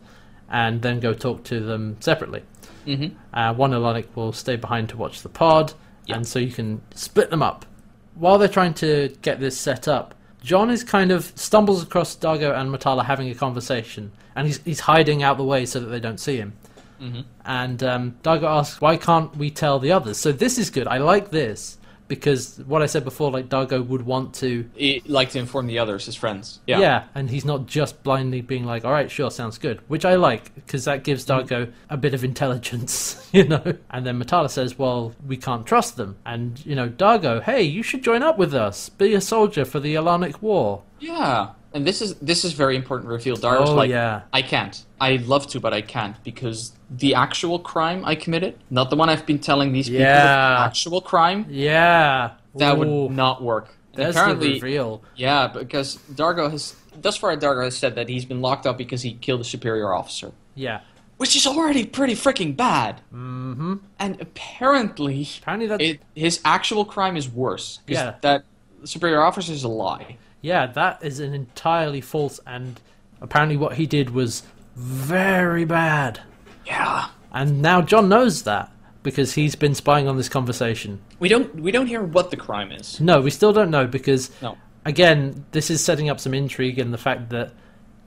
Speaker 1: and then go talk to them separately.
Speaker 2: Mhm.
Speaker 1: Uh, one Elonic will stay behind to watch the pod,
Speaker 2: Yeah.
Speaker 1: and so you can split them up. While they're trying to get this set up, John is kind of stumbles across Dargo and Matala having a conversation, and he's, he's hiding out the way so that they don't see him.
Speaker 2: Mm-hmm.
Speaker 1: And um, Dargo asks, "Why can't we tell the others?" So this is good. I like this because what I said before, like Dargo would want to
Speaker 2: He liked to inform the others, his friends.
Speaker 1: yeah.
Speaker 2: Yeah.
Speaker 1: and he's not just blindly being like, "All right, sure, sounds good," which I like because that gives
Speaker 2: Mm.
Speaker 1: Dargo a bit of intelligence, you know. And then Matala says, "Well, we can't trust them," and you know, Dargo, hey, you should join up with us, be a soldier for the Alanic War.
Speaker 2: Yeah. And this is this is very important reveal. Dargo's
Speaker 1: Oh,
Speaker 2: like,
Speaker 1: yeah.
Speaker 2: "I can't. I'd love to, but I can't because the actual crime I committed, not the one I've been telling these people,
Speaker 1: Yeah.
Speaker 2: the actual crime
Speaker 1: Yeah,
Speaker 2: that
Speaker 1: Ooh,
Speaker 2: would not work." And
Speaker 1: That's the
Speaker 2: apparently,
Speaker 1: reveal.
Speaker 2: Yeah, because Dargo has thus far Dargo has said that he's been locked up because he killed a superior officer,
Speaker 1: Yeah,
Speaker 2: which is already pretty freaking bad. Mm-hmm. And apparently,
Speaker 1: apparently that.
Speaker 2: it, his actual crime is worse. 'cause
Speaker 1: Yeah.
Speaker 2: that superior officer is a lie.
Speaker 1: Yeah, that is an entirely false, and apparently what he did was very bad.
Speaker 2: Yeah.
Speaker 1: And now John knows that because he's been spying on this conversation.
Speaker 2: We don't we don't hear what the crime is.
Speaker 1: No, we still don't know because,
Speaker 2: No.
Speaker 1: again, this is setting up some intrigue and the fact that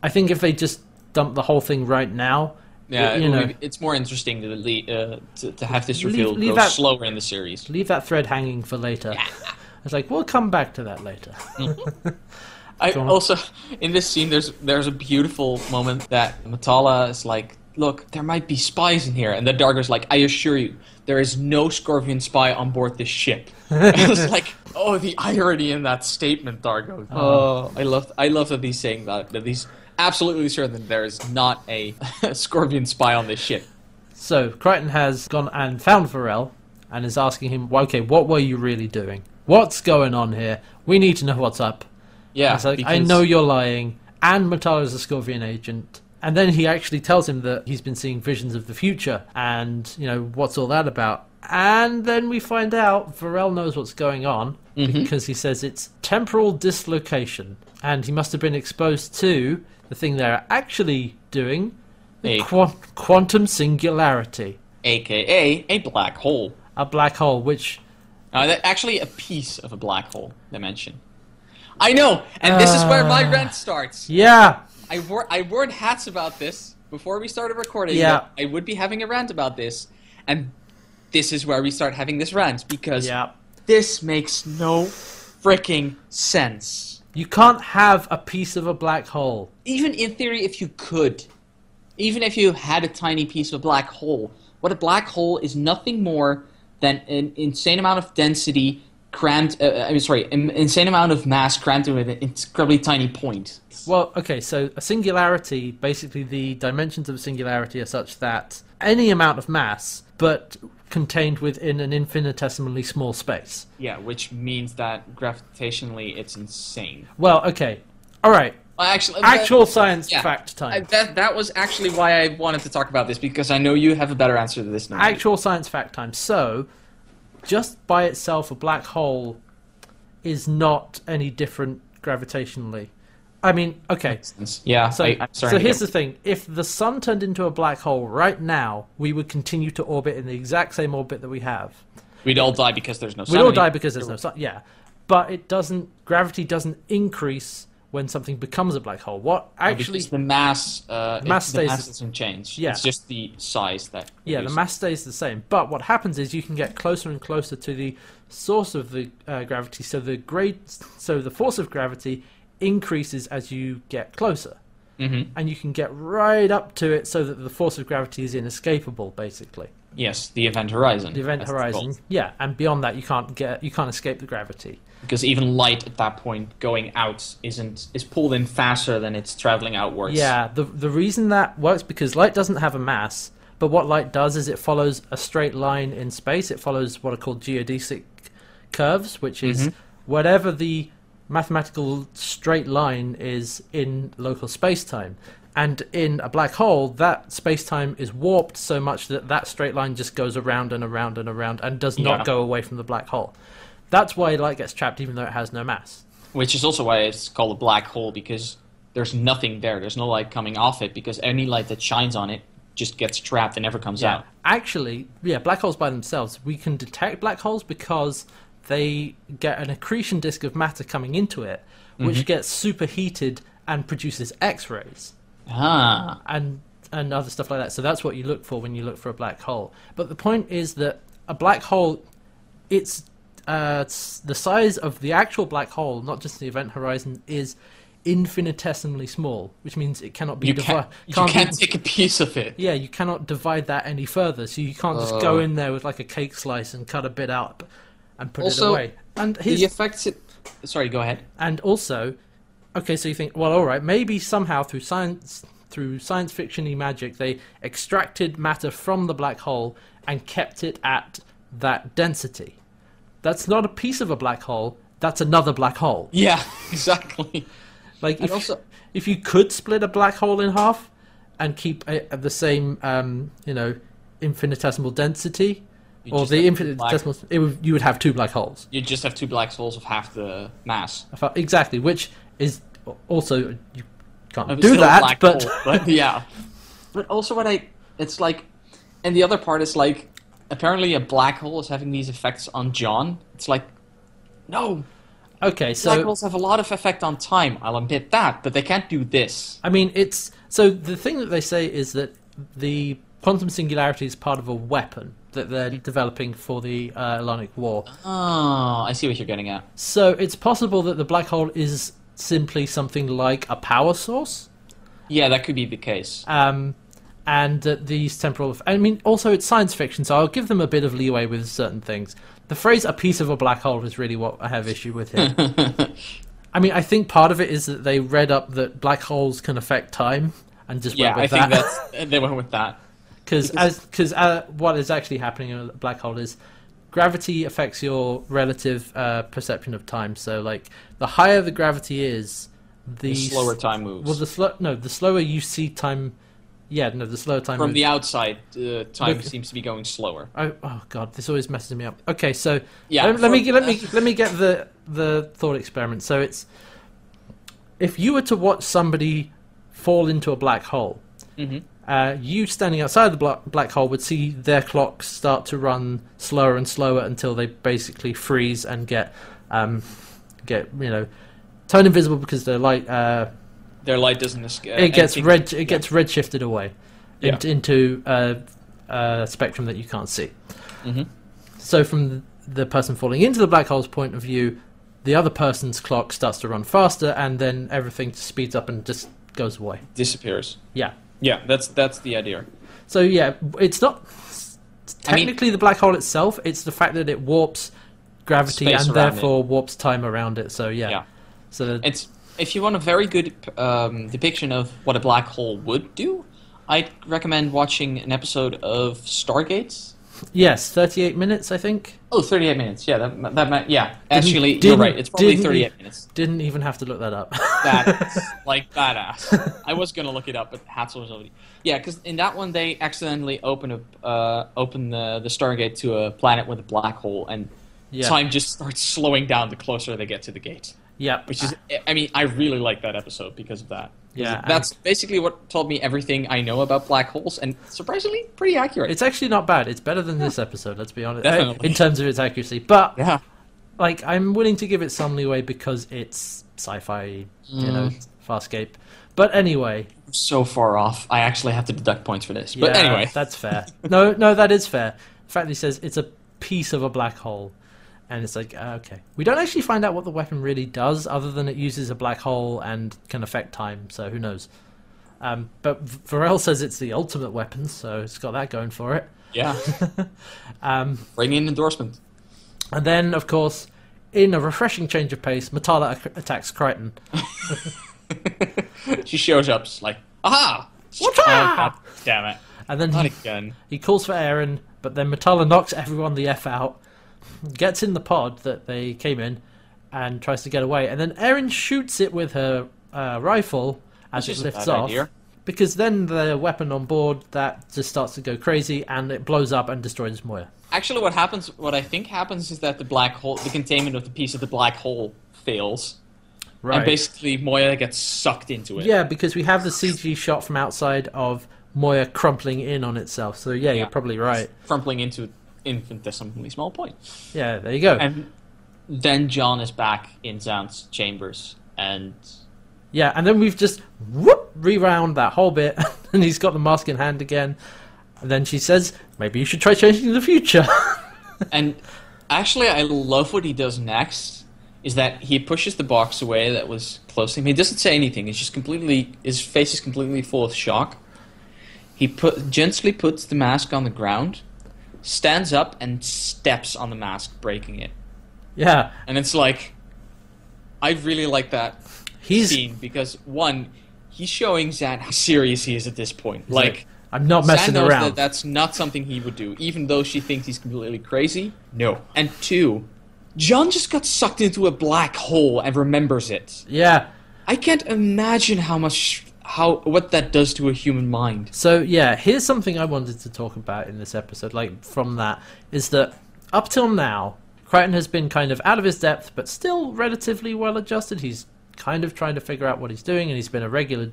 Speaker 1: I think if they just dump the whole thing right now,
Speaker 2: Yeah,
Speaker 1: y- you
Speaker 2: it would
Speaker 1: know,
Speaker 2: be- it's more interesting to, le- uh, to to have this
Speaker 1: Leave-
Speaker 2: reveal
Speaker 1: leave
Speaker 2: go
Speaker 1: that-
Speaker 2: slower in the series.
Speaker 1: leave that thread hanging for later. It's like we'll come back to that later.
Speaker 2: I
Speaker 1: Go on.
Speaker 2: also in this scene there's there's a beautiful moment that Matala is like, look, there might be spies in here, and the Dargo's like, I assure you, there is no Scorpion spy on board this ship. it's like, oh, the irony in that statement, Dargo.
Speaker 1: Uh-huh.
Speaker 2: Oh, I love I love that he's saying that that he's absolutely certain that there is not a Scorpion spy on this ship.
Speaker 1: so Crichton has gone and found Varel and is asking him, "Well, "Okay, what were you really doing? What's going on here? We need to know what's up."
Speaker 2: Yeah,
Speaker 1: It's like, I
Speaker 2: because-
Speaker 1: know you're lying, and Matara is a Scorpion agent, And then he actually tells him that he's been seeing visions of the future and, you know, what's all that about? And then we find out Varel knows what's going on
Speaker 2: Mm-hmm.
Speaker 1: because he says it's temporal dislocation. And he must have been exposed to the thing they're actually doing
Speaker 2: A-
Speaker 1: quan- quantum singularity,
Speaker 2: AKA a black hole.
Speaker 1: a black hole, which
Speaker 2: Uh, that- actually, a piece of a black hole dimension. I know, and this is where my rant starts.
Speaker 1: Yeah.
Speaker 2: I wore I wore hats about this before we started recording.
Speaker 1: Yeah.
Speaker 2: that I would be having a rant about this, and this is where we start having this rant because
Speaker 1: Yeah.
Speaker 2: this makes no freaking sense.
Speaker 1: You can't have a piece of a black hole.
Speaker 2: Even in theory, if you could, even if you had a tiny piece of a black hole, what a black hole is nothing more than an insane amount of density crammed. Uh, I'm sorry, an insane amount of mass crammed into an incredibly tiny point.
Speaker 1: Well, okay, so a singularity, basically the dimensions of a singularity are such that any amount of mass, but contained within an infinitesimally small space.
Speaker 2: Yeah, which means that gravitationally, it's insane.
Speaker 1: Well, okay. All right.
Speaker 2: Well, actually, uh,
Speaker 1: Actual science
Speaker 2: yeah.
Speaker 1: fact
Speaker 2: I,
Speaker 1: time.
Speaker 2: that that was actually why I wanted to talk about this because I know you have a better answer to this now.
Speaker 1: Actual science fact time. So, just by itself, a black hole is not any different gravitationally. I mean, okay.
Speaker 2: yeah.
Speaker 1: So,
Speaker 2: I, I'm sorry.
Speaker 1: so here's the thing: if the sun turned into a black hole right now, we would continue to orbit in the exact same orbit that we have.
Speaker 2: we'd all die because there's no.
Speaker 1: We'd all die because there's no sun. Yeah, but it doesn't. Gravity doesn't increase when something becomes a black hole. What actually?
Speaker 2: Uh, the mass. Uh,
Speaker 1: mass
Speaker 2: it-
Speaker 1: stays-
Speaker 2: The mass doesn't change.
Speaker 1: Yeah.
Speaker 2: It's just the size that.
Speaker 1: Yeah, the
Speaker 2: reduces.
Speaker 1: mass stays the same. But what happens is you can get closer and closer to the source of the uh, gravity. So the grade, so the force of gravity increases as you get closer, mm-hmm. and you can get right up to it, so that the force of gravity is inescapable, basically.
Speaker 2: Yes, the event horizon.
Speaker 1: the event
Speaker 2: That's
Speaker 1: horizon.
Speaker 2: called.
Speaker 1: yeah, and beyond that, you can't get you can't escape the gravity.
Speaker 2: Because even light at that point going out isn't is pulled in faster than it's traveling outwards.
Speaker 1: Yeah, the the reason that works because light doesn't have a mass, but what light does is it follows a straight line in space. It follows what are called geodesic curves, which is
Speaker 2: Mm-hmm.
Speaker 1: whatever the mathematical straight line is in local space time. And in a black hole, that space time is warped so much that that straight line just goes around and around and around and does not
Speaker 2: Yeah.
Speaker 1: go away from the black hole. That's why light gets trapped, even though it has no mass.
Speaker 2: which is also why it's called a black hole because there's nothing there. There's no light coming off it because any light that shines on it just gets trapped and never comes out.
Speaker 1: Actually, yeah, black holes by themselves, we can detect black holes because they get an accretion disk of matter coming into it, which
Speaker 2: Mm-hmm.
Speaker 1: gets superheated and produces X rays
Speaker 2: Ah,
Speaker 1: and and other stuff like that. So that's what you look for when you look for a black hole. But the point is that a black hole, it's, uh, it's the size of the actual black hole, not just the event horizon, is infinitesimally small, which means it cannot be
Speaker 2: you
Speaker 1: divi-
Speaker 2: can't, you
Speaker 1: can't be-
Speaker 2: can't take a piece of it.
Speaker 1: yeah, you cannot divide that any further, so you can't just go in there with like a cake slice and cut a bit out and put it
Speaker 2: Also,
Speaker 1: away. And his,
Speaker 2: The effects it. Sorry, go ahead.
Speaker 1: and also, okay, so you think, well, all right, maybe somehow through science, through science fictiony magic, they extracted matter from the black hole and kept it at that density. That's not a piece of a black hole. That's another black hole.
Speaker 2: Yeah, exactly.
Speaker 1: Like if,
Speaker 2: also-
Speaker 1: if you could split a black hole in half and keep it at the same, um, you know, infinitesimal density, or
Speaker 2: just
Speaker 1: the
Speaker 2: have two black-
Speaker 1: infinitesimal, it would, you would have two black holes.
Speaker 2: You just have two black holes of half the mass.
Speaker 1: I thought- Exactly, which is also you can't
Speaker 2: It's
Speaker 1: do
Speaker 2: still a
Speaker 1: that,
Speaker 2: black
Speaker 1: but
Speaker 2: hole, but yeah. But also, what I it's like, and the other part is like, apparently a black hole is having these effects on John. It's like, no,
Speaker 1: okay, so
Speaker 2: black holes have a lot of effect on time. I'll admit that, but they can't do this.
Speaker 1: I mean, it's so the thing that they say is that the quantum singularity is part of a weapon that they're
Speaker 2: Hmm.
Speaker 1: developing for the uh, Ionic War.
Speaker 2: Oh, I see what you're getting at.
Speaker 1: So it's possible that the black hole is simply something like a power source.
Speaker 2: Yeah, that could be the case.
Speaker 1: um, and that these temporal. I mean, also it's science fiction, so I'll give them a bit of leeway with certain things. The phrase "a piece of a black hole" is really what I have issue with here. I mean, I think part of it is that they read up that black holes can affect time and just
Speaker 2: yeah,
Speaker 1: went
Speaker 2: I
Speaker 1: with
Speaker 2: think
Speaker 1: that.
Speaker 2: that's they went with that.
Speaker 1: Because as because uh, what is actually happening in a black hole is gravity affects your relative uh, perception of time. So like the higher the gravity is,
Speaker 2: The,
Speaker 1: the
Speaker 2: slower time moves.
Speaker 1: Well, the slow no, the slower you see time. Yeah, no, the slower time.
Speaker 2: From
Speaker 1: moves.
Speaker 2: the outside, uh, time
Speaker 1: Look-
Speaker 2: seems to be going slower.
Speaker 1: Oh, oh god, this always messes me up. Okay, so
Speaker 2: Yeah.
Speaker 1: let, let me
Speaker 2: from-
Speaker 1: let me let me get the the thought experiment. So it's if you were to watch somebody fall into a black hole,
Speaker 2: Mhm.
Speaker 1: uh, you standing outside the black, black hole would see their clocks start to run slower and slower until they basically freeze and get um, get you know turn invisible because they're light. Uh,
Speaker 2: Their light doesn't uh, escape.
Speaker 1: it gets red. It gets red shifted away
Speaker 2: Yeah.
Speaker 1: in- into a, a spectrum that you can't see.
Speaker 2: Mhm.
Speaker 1: So, from the person falling into the black hole's point of view, the other person's clock starts to run faster, and then everything speeds up and just goes away.
Speaker 2: disappears.
Speaker 1: Yeah.
Speaker 2: Yeah, that's that's the idea.
Speaker 1: So yeah, it's not it's
Speaker 2: I mean-
Speaker 1: technically the black hole itself. It's the fact that it warps gravity
Speaker 2: Space
Speaker 1: and
Speaker 2: around it.
Speaker 1: therefore warps time around it. So yeah.
Speaker 2: Yeah.
Speaker 1: So that-
Speaker 2: It's if you want a very good um, depiction of what a black hole would do, I'd recommend watching an episode of Stargates.
Speaker 1: yes, thirty-eight minutes, I think.
Speaker 2: Oh, 38 minutes. Yeah, that that, might yeah. Actually, you're
Speaker 1: didn't-
Speaker 2: right. It's probably
Speaker 1: didn't-
Speaker 2: 38 minutes.
Speaker 1: Didn't even have to look that up.
Speaker 2: Badass, like badass. I was gonna look it up, but hats was already. Yeah, because in that one they accidentally open a uh, open the, the Stargate to a planet with a black hole, and
Speaker 1: yeah.
Speaker 2: time just starts slowing down the closer they get to the gate.
Speaker 1: Yeah.
Speaker 2: Which is, I mean, I really like that episode because of that.
Speaker 1: Yeah,
Speaker 2: that's basically what told me everything I know about black holes, and surprisingly, pretty accurate.
Speaker 1: It's actually not bad. It's better than this episode, let's be honest. uh,
Speaker 2: Definitely.
Speaker 1: In terms of its accuracy. But
Speaker 2: yeah,
Speaker 1: like I'm willing to give it some leeway because it's sci-fi, you know,
Speaker 2: Mm.
Speaker 1: Farscape. But anyway,
Speaker 2: so far off. I actually have to deduct points for this. but
Speaker 1: yeah,
Speaker 2: anyway,
Speaker 1: that's fair. No, no, that is fair. In fact, he says it's a piece of a black hole, and it's like uh, okay, we don't actually find out what the weapon really does, other than it uses a black hole and can affect time. So who knows? Um, but Varel says it's the ultimate weapon, so it's got that going for it.
Speaker 2: yeah,
Speaker 1: Um,
Speaker 2: bring in endorsement.
Speaker 1: And then, of course, in a refreshing change of pace, Matala ac- attacks Crichton.
Speaker 2: she shows up, she's like, aha!
Speaker 1: What's
Speaker 2: Oh,
Speaker 1: up?
Speaker 2: God damn it!
Speaker 1: And then
Speaker 2: Not
Speaker 1: he,
Speaker 2: again.
Speaker 1: he calls for Aaron, but then Matala knocks everyone the F out, gets in the pod that they came in, and tries to get away. And then Aaron shoots it with her uh, rifle as
Speaker 2: Which
Speaker 1: it
Speaker 2: isn't a
Speaker 1: lifts
Speaker 2: bad
Speaker 1: off.
Speaker 2: idea.
Speaker 1: Because then the weapon on board that just starts to go crazy and it blows up and destroys Moya.
Speaker 2: Actually, what happens? What I think happens is that the black hole, the containment of the piece of the black hole, fails, and basically Moya gets sucked into it.
Speaker 1: Yeah, because we have the CG shot from outside of Moya crumpling in on itself. So yeah.
Speaker 2: Yeah.
Speaker 1: you're probably right.
Speaker 2: crumpling into infinitesimally small point.
Speaker 1: Yeah, there you go.
Speaker 2: And then John is back in Zan's chambers, and
Speaker 1: Yeah, and then we've just whoop rewound that whole bit, and he's got the mask in hand again. And then she says, "Maybe you should try changing the future."
Speaker 2: and actually, I love what he does next. Is that he pushes the box away that was close to him? He doesn't say anything. He's just completely. His face is completely full of shock. He put gently puts the mask on the ground, stands up, and steps on the mask, breaking it.
Speaker 1: yeah,
Speaker 2: And it's like, I really like that
Speaker 1: he's
Speaker 2: scene because one, he's showing Zan how serious he is at this point. Like,
Speaker 1: I'm not
Speaker 2: Zan
Speaker 1: messing
Speaker 2: knows
Speaker 1: around.
Speaker 2: that that's not something he would do, even though she thinks he's completely crazy. No. And two, John just got sucked into a black hole and remembers it.
Speaker 1: Yeah.
Speaker 2: I can't imagine how much how what that does to a human mind.
Speaker 1: So yeah, here's something I wanted to talk about in this episode. Like from that is that up till now, Crichton has been kind of out of his depth, but still relatively well adjusted. He's kind of trying to figure out what he's doing, and he's been a regular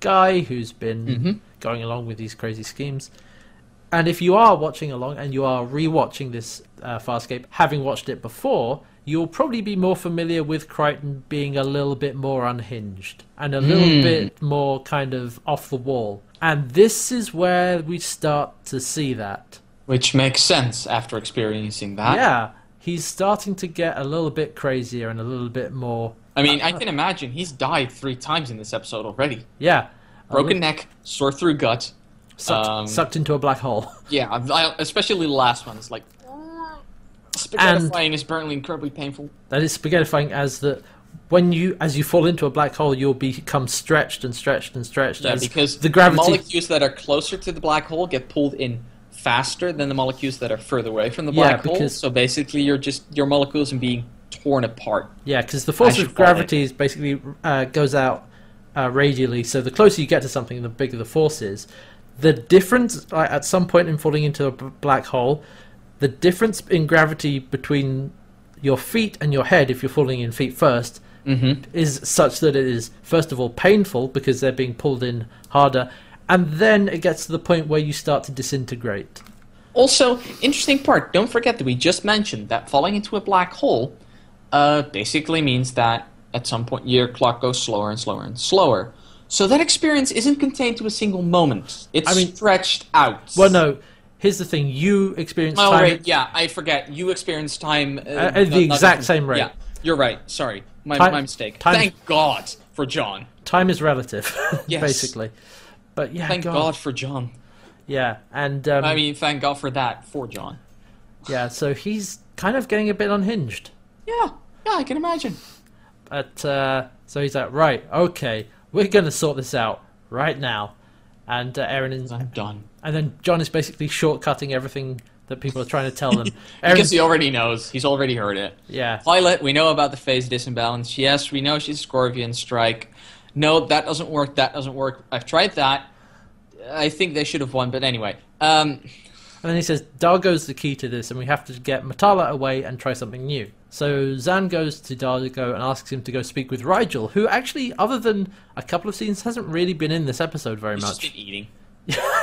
Speaker 1: guy who's been
Speaker 2: Mm-hmm.
Speaker 1: going along with these crazy schemes. And if you are watching along and you are rewatching this uh, Farscape, having watched it before, you'll probably be more familiar with Crichton being a little bit more unhinged and a little
Speaker 2: Hmm.
Speaker 1: bit more kind of off the wall. And this is where we start to see that.
Speaker 2: Which makes sense after experiencing that.
Speaker 1: yeah, he's starting to get a little bit crazier and a little bit more.
Speaker 2: I mean, I can imagine he's died three times in this episode already.
Speaker 1: Yeah. a
Speaker 2: Broken
Speaker 1: li-
Speaker 2: neck, sore through gut.
Speaker 1: Sucked,
Speaker 2: um,
Speaker 1: sucked into a black hole.
Speaker 2: Yeah, I- I, especially the last one. It's like spaghetti
Speaker 1: And-
Speaker 2: frying is apparently incredibly painful.
Speaker 1: that is spaghettifying as that when you as you fall into a black hole you'll become stretched and stretched and stretched
Speaker 2: Yeah,
Speaker 1: as
Speaker 2: because
Speaker 1: the gravity
Speaker 2: molecules that are closer to the black hole get pulled in faster than the molecules that are further away from the
Speaker 1: Yeah,
Speaker 2: black hole.
Speaker 1: because-
Speaker 2: So basically, you're just your molecules and being torn apart.
Speaker 1: Yeah, because the force
Speaker 2: I
Speaker 1: of
Speaker 2: should follow
Speaker 1: gravity is basically uh, goes out uh, radially. So the closer you get to something, the bigger the force is. The difference like, at some point in falling into a b- black hole, the difference in gravity between your feet and your head, if you're falling in feet first,
Speaker 2: Mm-hmm.
Speaker 1: is such that it is first of all painful because they're being pulled in harder, and then it gets to the point where you start to disintegrate.
Speaker 2: Also, interesting part. Don't forget that we just mentioned that falling into a black hole uh, basically means that at some point your clock goes slower and slower and slower. So that experience isn't contained to a single moment. It's
Speaker 1: I mean-
Speaker 2: stretched out.
Speaker 1: Well, no. Here's the thing: you experience
Speaker 2: Oh,
Speaker 1: time.
Speaker 2: right. Yeah, I forget. You experience time uh,
Speaker 1: at the
Speaker 2: not- not
Speaker 1: exact
Speaker 2: different.
Speaker 1: same rate.
Speaker 2: Yeah, you're right. Sorry, my,
Speaker 1: Time-
Speaker 2: my mistake.
Speaker 1: time-
Speaker 2: Thank God for John.
Speaker 1: Time is relative,
Speaker 2: Yes.
Speaker 1: basically. But yeah,
Speaker 2: Thank God, for John.
Speaker 1: Yeah, and um,
Speaker 2: I mean, thank God for that for John.
Speaker 1: yeah, so he's kind of getting a bit unhinged.
Speaker 2: Yeah, yeah, I can imagine.
Speaker 1: But uh, so he's like, right, okay, we're gonna sort this out right now. And uh, Aaron is,
Speaker 2: I'm done
Speaker 1: and then John is basically shortcutting everything that people are trying to tell them. Aaron,
Speaker 2: because he already knows. He's already heard it.
Speaker 1: yeah,
Speaker 2: Violet, we know about the phase disimbalance. Yes, we know she's Scorpion Strike. No, that doesn't work. That doesn't work. I've tried that. I think they should have won, but anyway. Um,
Speaker 1: and then he says, Dargo's the key to this, and we have to get Matala away and try something new. So Zan goes to Dargo and asks him to go speak with Rigel, who actually, other than a couple of scenes, hasn't really been in this episode very
Speaker 2: he's
Speaker 1: much.
Speaker 2: just been eating.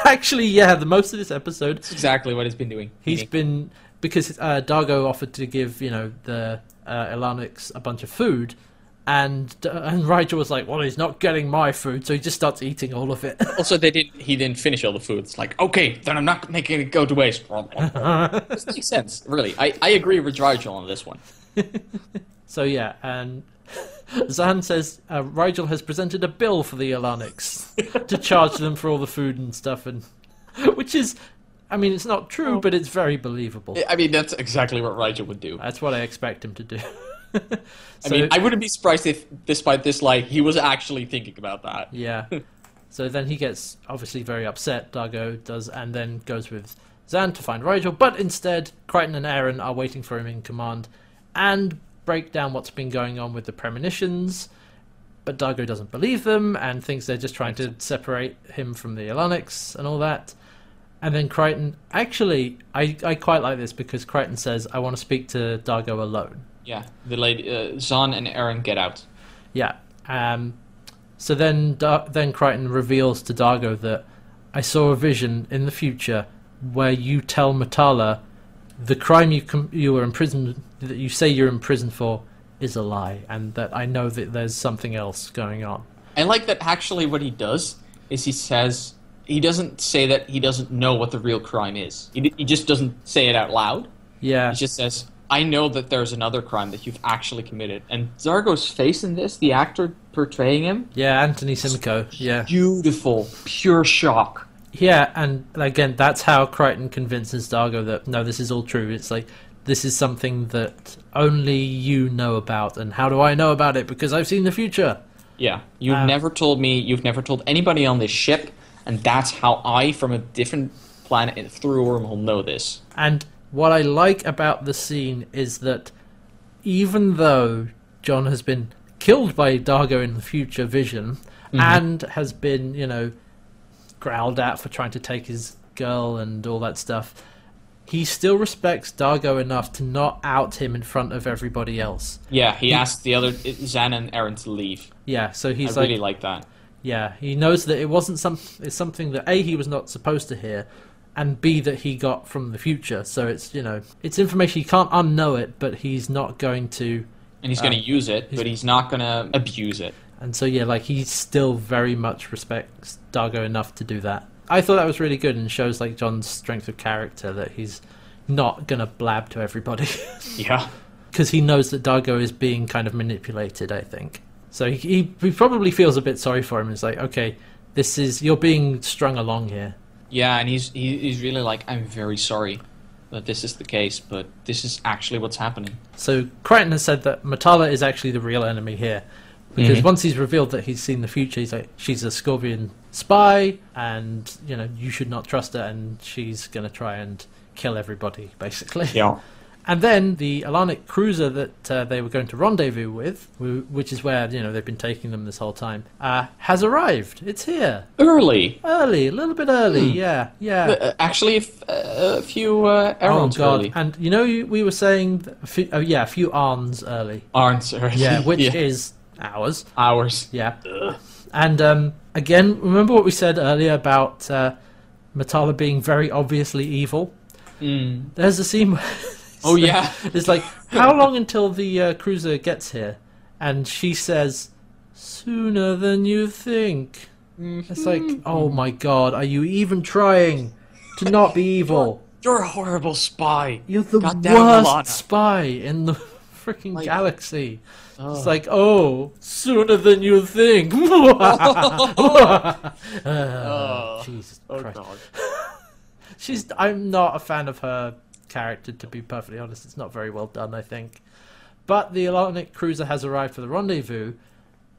Speaker 1: Actually, yeah, the most of this episode,
Speaker 2: That's exactly what he's been doing.
Speaker 1: he's
Speaker 2: Eating.
Speaker 1: been because uh, Dargo offered to give you know the uh, Elanix a bunch of food, and uh, and Rigel was like, "Well, he's not getting my food," so he just starts eating all of it.
Speaker 2: Also, they didn't. He didn't finish all the food. It's like, okay, then I'm not making it go to waste. this makes sense, really. I, I agree with Rigel on this one.
Speaker 1: so yeah, and Zan says uh, Rigel has presented a bill for the Elanix to charge them for all the food and stuff, and which is, I mean, it's not true, but it's very believable.
Speaker 2: I mean, that's exactly what Rigel would do.
Speaker 1: That's what I expect him to do.
Speaker 2: I
Speaker 1: So-
Speaker 2: mean, I wouldn't be surprised if, despite this, like he was actually thinking about that.
Speaker 1: Yeah. so then he gets obviously very upset, Dargo does, and then goes with Zan to find Rigel. But instead, Crichton and Aaron are waiting for him in command and break down what's been going on with the premonitions. But Dargo doesn't believe them and thinks they're just trying to separate him from the Elanix and all that. And then Crichton, actually, I, I quite like this because Crichton says, I want to speak to Dargo alone.
Speaker 2: Yeah, the lady uh, Zahn and Aaron get out.
Speaker 1: Yeah. Um, so then, Dar- then Crichton reveals to Dargo that I saw a vision in the future where you tell Matala the crime you com- you were imprisoned that you say you're imprisoned for is a lie, and that I know that there's something else going on.
Speaker 2: I like that. Actually, what he does is he says he doesn't say that he doesn't know what the real crime is. He, d- he just doesn't say it out loud.
Speaker 1: Yeah.
Speaker 2: He just says, "I know that there's another crime that you've actually committed." And Zargo's face in this, the actor portraying him,
Speaker 1: Yeah, Anthony Simcoe. Yeah.
Speaker 2: beautiful, pure shock.
Speaker 1: Yeah, and again, that's how Crichton convinces Dargo that no, this is all true. It's like this is something that only you know about, and how do I know about it? Because I've seen the future.
Speaker 2: Yeah, you've
Speaker 1: Um,
Speaker 2: never told me. You've never told anybody on this ship, and that's how I, from a different planet through a wormhole, know this.
Speaker 1: And what I like about the scene is that even though John has been killed by Dargo in the future vision
Speaker 2: Mhm.
Speaker 1: and has been, you know, growled at for trying to take his girl and all that stuff, he still respects Dargo enough to not out him in front of everybody else.
Speaker 2: Yeah, he asked the other Zan and Aaron to leave.
Speaker 1: Yeah, so he's
Speaker 2: I
Speaker 1: like,
Speaker 2: really like that.
Speaker 1: yeah, he knows that it wasn't some it's something that A he was not supposed to hear and B that he got from the future. So it's, you know, it's information he can't unknow it, but he's not going to
Speaker 2: And he's going to use it, but he's not going to abuse it.
Speaker 1: And so yeah, like he still very much respects Dargo enough to do that. I thought that was really good and shows like John's strength of character that he's not gonna blab to everybody
Speaker 2: Yeah.
Speaker 1: because he knows that Dargo is being kind of manipulated. I think so. He, he he probably feels a bit sorry for him. He's like, okay, this is you're being strung along here.
Speaker 2: Yeah, and he's he, he's really like, I'm very sorry that this is the case, but this is actually what's happening.
Speaker 1: So Crichton has said that Matala is actually the real enemy here. Because
Speaker 2: Mm-hmm.
Speaker 1: once he's revealed that he's seen the future, he's like, she's a Scorpion spy, and you know you should not trust her, and she's gonna try and kill everybody, basically.
Speaker 2: Yeah.
Speaker 1: And then the Alanic cruiser that uh, they were going to rendezvous with, wh- which is where you know they've been taking them this whole time, uh, has arrived. It's here
Speaker 2: Early.
Speaker 1: early, a little bit early. Yeah, yeah.
Speaker 2: Uh, actually, a f- uh, a few uh,
Speaker 1: oh
Speaker 2: errands
Speaker 1: god!
Speaker 2: early.
Speaker 1: And you know you, we were saying, th- a few, oh yeah, a few arms early.
Speaker 2: Aren't early.
Speaker 1: Yeah, which is hours.
Speaker 2: hours.
Speaker 1: Yeah. And um, again, remember what we said earlier about uh, Matala being very obviously evil.
Speaker 2: Mm.
Speaker 1: There's a scene. Where
Speaker 2: Oh yeah.
Speaker 1: It's like, how long until the uh, cruiser gets here? And she says, sooner than you think.
Speaker 2: Mm-hmm.
Speaker 1: It's like, oh my god, are you even trying to not be evil?
Speaker 2: You're a horrible spy.
Speaker 1: You're the
Speaker 2: Goddamn Alana.
Speaker 1: worst spy in the freaking
Speaker 2: Like-
Speaker 1: galaxy. It's
Speaker 2: Oh.
Speaker 1: like, oh, sooner than you think.
Speaker 2: Oh.
Speaker 1: Uh, Jesus
Speaker 2: Oh
Speaker 1: Christ.
Speaker 2: god.
Speaker 1: She's. I'm not a fan of her character, to be perfectly honest. It's not very well done, I think. But the Atlantic cruiser has arrived for the rendezvous,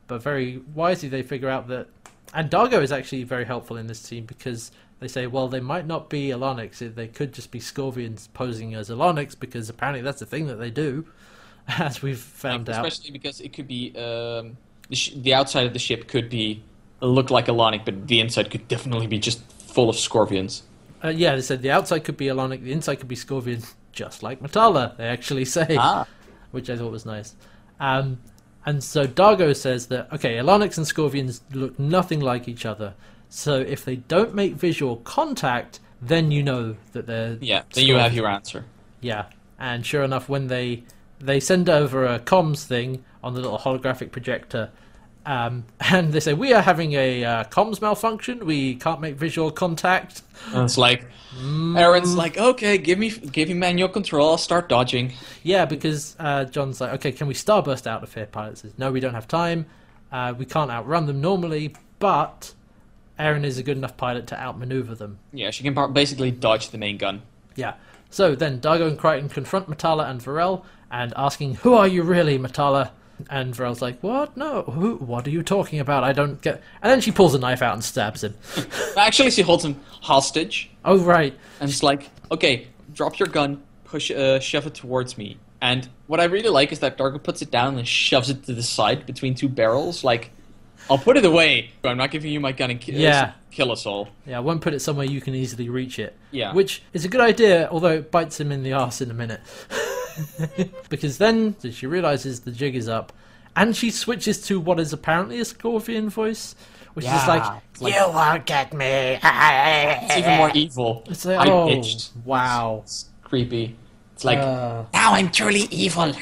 Speaker 1: but very wisely they figure out that. And Dargo is actually very helpful in this scene because they say, well, they might not be Alonics. They could just be Scorvians posing as Alonics because apparently that's the thing that they do, as we've found out.
Speaker 2: Especially because it could be um, the, sh- the outside of the ship could be look like Alanic, but the inside could definitely be just full of scorpions.
Speaker 1: Uh, yeah, they said the outside could be Alonic, the inside could be Scorvian, just like Matala, they actually say.
Speaker 2: Ah.
Speaker 1: which I thought was nice. Um, and so Dargo says that okay, Elonics and Scorvians look nothing like each other. So if they don't make visual contact, then you know that they're
Speaker 2: Yeah. Then you have
Speaker 1: Scorvians.
Speaker 2: your answer.
Speaker 1: yeah. And sure enough, when they they send over a comms thing on the little holographic projector, um, and they say we are having a uh, comms malfunction. We can't make visual contact.
Speaker 2: And it's like Aaron's like, okay, give me give me manual control. I'll start dodging.
Speaker 1: Yeah, because uh, John's like, okay, can we starburst out of here? Pilot says, no, we don't have time. Uh, we can't outrun them normally, but Aaron is a good enough pilot to outmaneuver them.
Speaker 2: Yeah, she can bar- basically dodge the main gun.
Speaker 1: Yeah. So then Dargo and Crichton confront Matala and Varel and asking, who are you really, Matala? And Varel's like, what? No, who? What are you talking about? I don't get. And then she pulls a knife out and stabs him.
Speaker 2: Actually, she holds him hostage
Speaker 1: oh right.
Speaker 2: and it's like, okay, drop your gun, push, uh, shove it towards me. And what I really like is that Dargo puts it down and shoves it to the side between two barrels. Like, I'll put it away. but I'm not giving you my gun and kill,
Speaker 1: Yeah.
Speaker 2: kill us all.
Speaker 1: Yeah, I won't put it somewhere you can easily reach it.
Speaker 2: Yeah.
Speaker 1: Which is a good idea, although it bites him in the arse in a minute. because then she realizes the jig is up, and she switches to what is apparently a Scorpion voice, which is
Speaker 2: Yeah,
Speaker 1: like,
Speaker 2: it's like-
Speaker 1: You won't get me!
Speaker 2: It's even more evil.
Speaker 1: It's like,
Speaker 2: High
Speaker 1: oh,
Speaker 2: pitched.
Speaker 1: wow.
Speaker 2: It's creepy. It's like,
Speaker 1: Uh,
Speaker 2: now I'm truly evil.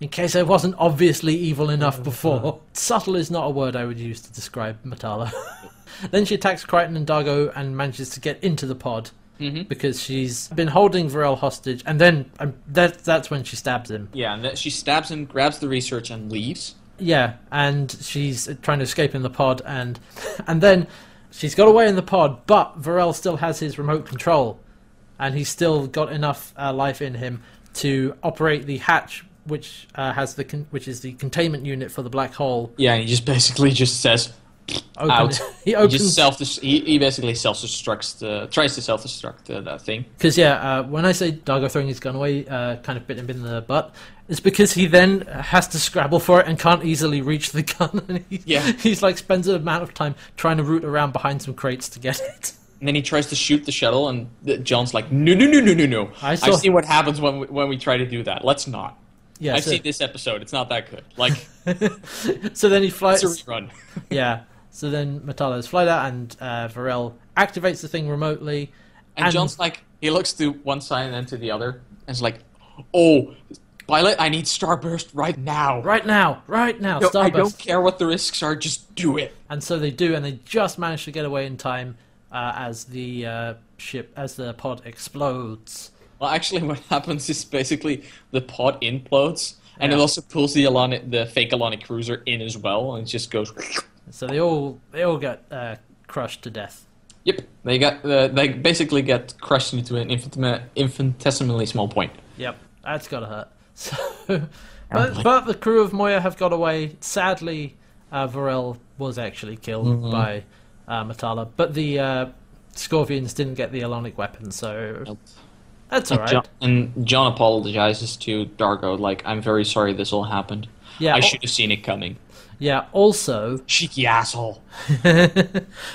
Speaker 1: in case I wasn't obviously evil
Speaker 2: uh-huh.
Speaker 1: enough before. Subtle is not a word I would use to describe Matala. then she attacks Crichton and Dargo and manages to get into the pod
Speaker 2: Mm-hmm.
Speaker 1: because she's been holding Varel hostage, and then and that, that's when she stabs him.
Speaker 2: yeah, and then she stabs him, grabs the research, and leaves.
Speaker 1: Yeah, and she's trying to escape in the pod, and and then she's got away in the pod, but Varel still has his remote control, and he's still got enough uh, life in him to operate the hatch, which uh, has the con- which is the containment unit for the black hole.
Speaker 2: Yeah, and he just basically just says,
Speaker 1: Open-
Speaker 2: out.
Speaker 1: he opens
Speaker 2: He just self. He, he basically self destructs. The, tries to self destruct uh, that thing.
Speaker 1: Because yeah, uh, when I say Dargo throwing his gun away, uh, kind of bit him in the butt, it's because he then has to scrabble for it and can't easily reach the gun. and he,
Speaker 2: Yeah.
Speaker 1: he's like spends an amount of time trying to root around behind some crates to get it.
Speaker 2: And then he tries to shoot the shuttle, and th- John's like, "No, no, no, no, no, no!
Speaker 1: I
Speaker 2: I've
Speaker 1: saw-
Speaker 2: seen what happens when we, when we try to do that. Let's not.
Speaker 1: Yeah,
Speaker 2: I've
Speaker 1: so,
Speaker 2: seen this episode. It's not that good. Like,
Speaker 1: so then he flies.
Speaker 2: it's a rerun.
Speaker 1: yeah. So then Matala is flight out, and uh, Varel activates the thing remotely.
Speaker 2: And, John's like, he looks to one side and then to the other, and is like, "Oh, pilot, I need starburst right now.
Speaker 1: right now, right now,
Speaker 2: No, I
Speaker 1: Starburst.
Speaker 2: don't care what the risks are. Just do it."
Speaker 1: and so they do, and they just manage to get away in time uh, as the uh, ship, as the pod explodes.
Speaker 2: Well, actually, what happens is basically the pod implodes, and it
Speaker 1: Yeah.
Speaker 2: also pulls the Alani, the fake Alani cruiser in as well, and it just goes.
Speaker 1: So they all they all got uh, crushed to death.
Speaker 2: Yep, they got uh, they basically get crushed into an infinitema- infinitesimally small point.
Speaker 1: Yep, that's gotta hurt. So, but, but the crew of Moya have got away. Sadly, uh, Varel was actually killed by uh, Matala, but the uh, Scorpions didn't get the Alonic weapon, so That's all
Speaker 2: And
Speaker 1: right.
Speaker 2: John, and John apologizes to Dargo, like, I'm very sorry this all happened.
Speaker 1: Yeah,
Speaker 2: I
Speaker 1: al-
Speaker 2: should have seen it coming.
Speaker 1: yeah. Also,
Speaker 2: Cheeky asshole.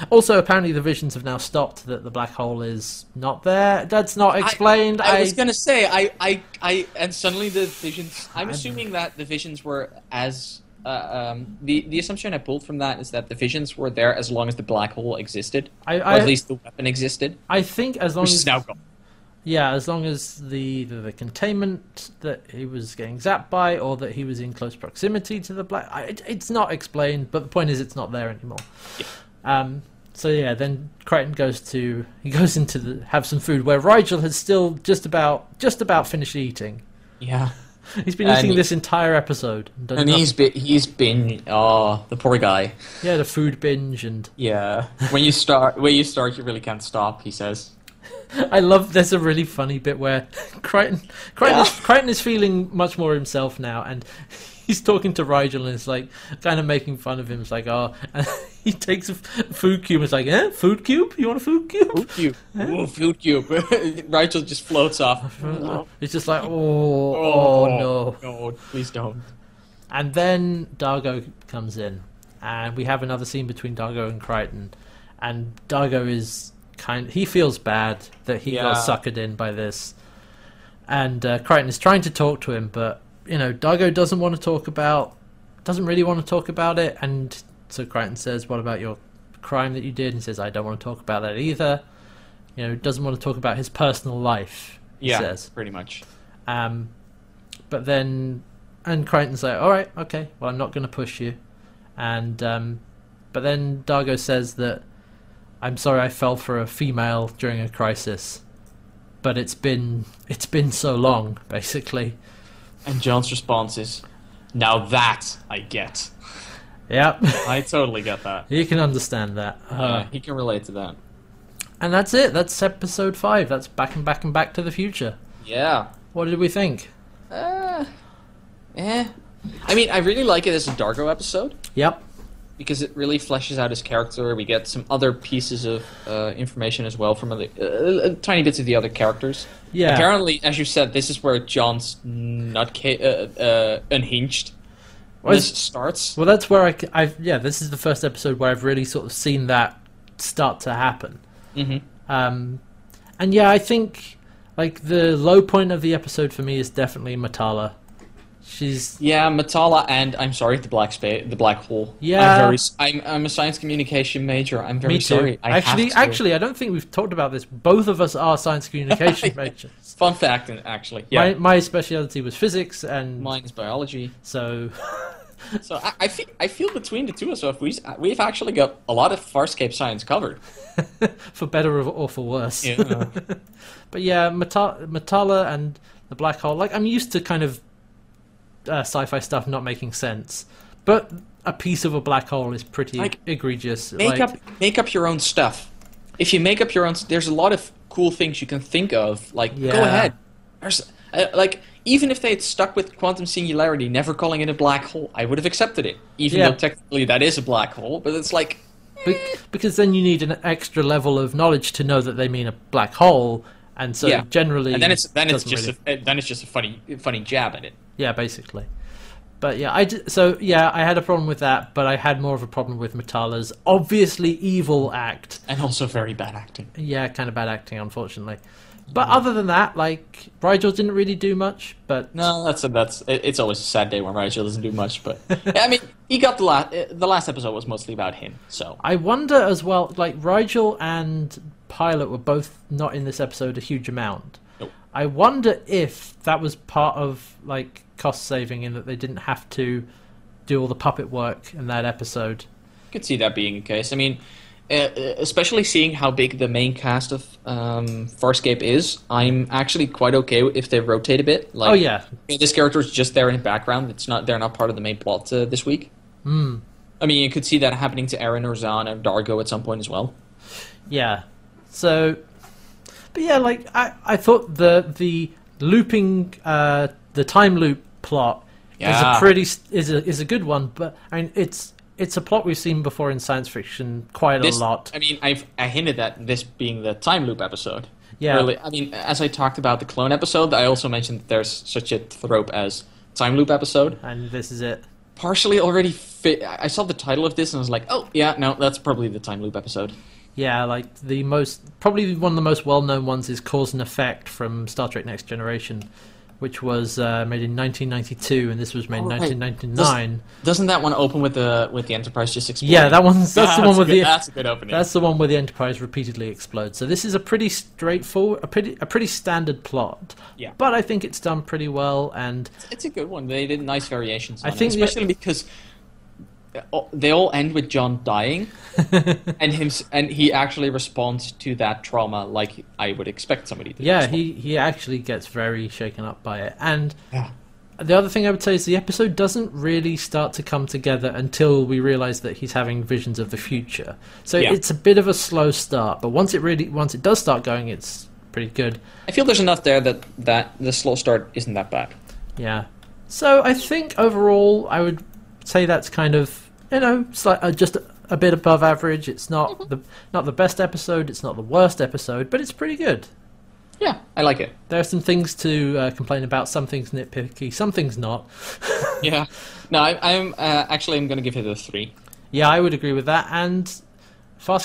Speaker 1: also, apparently the visions have now stopped. That the black hole is not there. That's not explained.
Speaker 2: I,
Speaker 1: I,
Speaker 2: was gonna say I, I, I, and suddenly the visions. I'm assuming that the visions were as uh, um, the the assumption I pulled from that is that the visions were there as long as the black hole existed,
Speaker 1: I,
Speaker 2: or at
Speaker 1: I-
Speaker 2: least the weapon existed,
Speaker 1: I think as long
Speaker 2: which
Speaker 1: as
Speaker 2: is now gone.
Speaker 1: yeah, as long as the, the the containment that he was getting zapped by, or that he was in close proximity to the black, I, it, it's not explained. But the point is, it's not there anymore.
Speaker 2: Yeah.
Speaker 1: Um. So yeah, then Crichton goes to he goes into the have some food where Rigel has still just about just about finished eating.
Speaker 2: Yeah,
Speaker 1: He's been
Speaker 2: And
Speaker 1: eating
Speaker 2: he-
Speaker 1: this entire episode. And, done
Speaker 2: and
Speaker 1: nothing.
Speaker 2: he's been he's been oh the poor guy.
Speaker 1: he had a food binge and
Speaker 2: Yeah, when you start when you start, you really can't stop. He says.
Speaker 1: I love. There's a really funny bit where Crichton, Crichton, is, Crichton is feeling much more himself now, and he's talking to Rigel and is like kind of making fun of him. It's like, oh, and he takes a f- food cube. And it's like, eh, food cube? You want a food cube?
Speaker 2: Food cube. Ooh, food cube. Rachel just floats off. Oh,
Speaker 1: It's just like, oh, oh, no.
Speaker 2: No, please don't.
Speaker 1: And then Dargo comes in, and we have another scene between Dargo and Crichton, and Dargo is kind. He feels bad that he got
Speaker 2: Yeah.
Speaker 1: suckered in by this, and uh, Crichton is trying to talk to him, but you know Dargo doesn't want to talk about, doesn't really want to talk about it, and so Crichton says, "What about your crime that you did?" And he says, "I don't want to talk about that either." You know, doesn't want to talk about his personal life. He
Speaker 2: Yeah,
Speaker 1: says.
Speaker 2: pretty much.
Speaker 1: Um, but then, and Crichton's like, all right, okay, well, I'm not going to push you. And, um, but then Dargo says that, I'm sorry I fell for a female during a crisis. But it's been it's been so long, basically.
Speaker 2: And John's response is, "Now that I get,
Speaker 1: Yep,
Speaker 2: I totally get that.
Speaker 1: you can understand that. Uh,
Speaker 2: Yeah, he can relate to that.
Speaker 1: and that's it. That's episode five. That's back and back and back to the future.
Speaker 2: Yeah.
Speaker 1: What did we think?
Speaker 2: Uh, eh. I mean, I really like it as a Dargo episode
Speaker 1: Yep.
Speaker 2: because it really fleshes out his character. We get some other pieces of uh, information as well from other, uh, uh, tiny bits of the other characters.
Speaker 1: Yeah.
Speaker 2: Apparently, as you said, this is where John's nutcase uh, uh, unhinged.
Speaker 1: Well,
Speaker 2: this starts.
Speaker 1: Well, that's where I, c- I've- yeah, this is the first episode where I've really sort of seen that start to happen.
Speaker 2: Mhm.
Speaker 1: Um, and yeah, I think like the low point of the episode for me is definitely Matala. She's
Speaker 2: Yeah, Matala and I'm sorry, the black space, the black hole.
Speaker 1: Yeah.
Speaker 2: I'm, very, s- I'm, I'm a science communication major. I'm very
Speaker 1: me too.
Speaker 2: sorry. I have
Speaker 1: actually,
Speaker 2: to.
Speaker 1: actually, I don't think we've talked about this. Both of us are science communication majors.
Speaker 2: fun fact, and- actually, yeah,
Speaker 1: My my speciality was physics, and
Speaker 2: mine is biology.
Speaker 1: so
Speaker 2: So I, I feel I feel between the two of us, we've we've actually got a lot of Farscape science covered.
Speaker 1: for better or- or for worse.
Speaker 2: Yeah.
Speaker 1: but yeah, Meta- Metalla and the black hole. Like I'm used to kind of uh, sci-fi stuff not making sense, but a piece of a black hole is pretty
Speaker 2: Like,
Speaker 1: egregious.
Speaker 2: Make
Speaker 1: like,
Speaker 2: up make up your own stuff. If you make up your own, s- there's a lot of cool things you can think of. Like go
Speaker 1: Yeah.
Speaker 2: ahead. There's uh, like even if they had stuck with quantum singularity, never calling it a black hole, I would have accepted it. Even
Speaker 1: Yeah.
Speaker 2: though technically that is a black hole, but it's like
Speaker 1: Be- because then you need an extra level of knowledge to know that they mean a black hole, and so
Speaker 2: Yeah.
Speaker 1: generally,
Speaker 2: and then it's then it's
Speaker 1: doesn't
Speaker 2: just
Speaker 1: really-
Speaker 2: a, then it's just a funny funny jab at it.
Speaker 1: yeah, basically. But yeah, I d- so yeah, I had a problem with that, but I had more of a problem with Metala's obviously evil act.
Speaker 2: And also very bad acting.
Speaker 1: Yeah, kind of bad acting, unfortunately. But
Speaker 2: Mm.
Speaker 1: other than that, like Rigel didn't really do much. But
Speaker 2: No, that's a, that's it, it's always a sad day when Rigel doesn't do much, but I mean, he got the last the last episode was mostly about him. So
Speaker 1: I wonder as well, like Rigel and Pilot were both not in this episode a huge amount.
Speaker 2: Nope.
Speaker 1: I wonder if that was part of like cost saving in that they didn't have to do all the puppet work in that episode.
Speaker 2: I could see that being the case. I mean, uh, uh, especially seeing how big the main cast of um, Farscape is, I'm actually quite okay if they rotate a bit. Like,
Speaker 1: oh yeah,
Speaker 2: this character is just there in the background. It's not they're not part of the main plot uh, this week.
Speaker 1: Hmm.
Speaker 2: I mean, you could see that happening to Aaron or Zahn and Dargo at some point as well.
Speaker 1: Yeah. So, but yeah, like I, I thought the the looping uh, the time loop plot is
Speaker 2: Yeah.
Speaker 1: a pretty s- is a is a good one, but I mean it's it's a plot we've seen before in science fiction quite
Speaker 2: This,
Speaker 1: a lot.
Speaker 2: I mean, I've I hinted at this being the time loop episode.
Speaker 1: Yeah.
Speaker 2: Really, I mean, as I talked about the clone episode, I also mentioned that there's such a trope as time loop episode.
Speaker 1: And this is it.
Speaker 2: Partially already fit. I saw the title of this and I was like, oh yeah, no, that's probably the time loop episode.
Speaker 1: Yeah, like the most probably one of the most well-known ones is Cause and Effect from Star Trek: Next Generation, which was uh, made in 1992, and this was made in
Speaker 2: Oh, right.
Speaker 1: 1999.
Speaker 2: Doesn't that one open with the with the Enterprise just exploding?
Speaker 1: Yeah, that one's that's the one with
Speaker 2: a good,
Speaker 1: the
Speaker 2: that's a good opening.
Speaker 1: That's the one where the Enterprise repeatedly explodes. So this is a pretty straightforward, a pretty a pretty standard plot.
Speaker 2: Yeah.
Speaker 1: But I think it's done pretty well, and
Speaker 2: It's a good one. They did nice variations.
Speaker 1: I
Speaker 2: On
Speaker 1: think
Speaker 2: it,
Speaker 1: the-
Speaker 2: especially because they all end with John dying, and him and he actually responds to that trauma like I would expect somebody to.
Speaker 1: yeah,
Speaker 2: respond.
Speaker 1: he he actually gets very shaken up by it. And
Speaker 2: Yeah.
Speaker 1: the other thing I would say is the episode doesn't really start to come together until we realize that he's having visions of the future. So
Speaker 2: Yeah.
Speaker 1: it's a bit of a slow start, but once it really once it does start going, it's pretty good.
Speaker 2: I feel there's enough there that that the slow start isn't that bad.
Speaker 1: Yeah. So I think overall, I would say that's kind of you know slight, uh, just a, a bit above average. It's not the not the best episode. It's not the worst episode, but it's pretty good.
Speaker 2: Yeah, I like it.
Speaker 1: There are some things to uh, complain about. Some things nitpicky. Some things not.
Speaker 2: Yeah. No, I, I'm uh, actually I'm gonna give it a three.
Speaker 1: Yeah, I would agree with that. And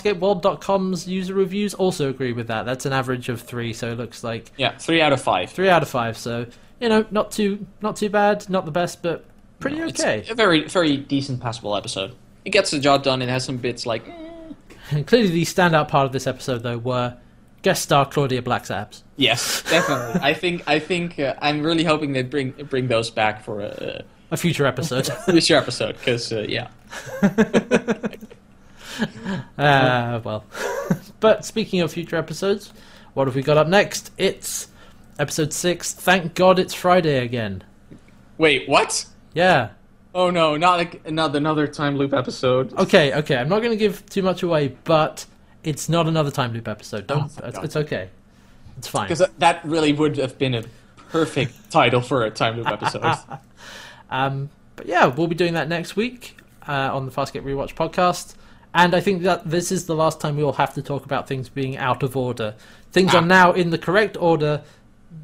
Speaker 1: FarscapeWorld.com's user reviews also agree with that. That's an average of three, so it looks like
Speaker 2: Yeah, three out of five.
Speaker 1: three out of five. So you know, not too not too bad. Not the best, but pretty
Speaker 2: It's
Speaker 1: okay.
Speaker 2: a very very decent passable episode. It gets the job done. It has some bits like eh.
Speaker 1: And clearly, the standout part of this episode, though, were guest star Claudia Black's abs.
Speaker 2: Yes, definitely. I think I think uh, I'm really hoping they bring bring those back for a,
Speaker 1: A future episode.
Speaker 2: a future episode because uh, yeah,
Speaker 1: uh, well, but speaking of future episodes, what have we got up next? It's episode six. Thank God it's Friday again.
Speaker 2: wait, what?
Speaker 1: Yeah.
Speaker 2: Oh no, not like another another time loop episode.
Speaker 1: Okay. Okay. I'm not going to give too much away, but it's not another time loop episode. Don't.
Speaker 2: Oh, thank
Speaker 1: it's,
Speaker 2: God.
Speaker 1: it's okay. It's fine.
Speaker 2: Because uh, that really would have been a perfect title for a time loop episode.
Speaker 1: Um, but yeah, we'll be doing that next week uh, on the Fast Get Rewatch podcast. And I think that this is the last time we will have to talk about things being out of order. Things
Speaker 2: Ah.
Speaker 1: are now in the correct order,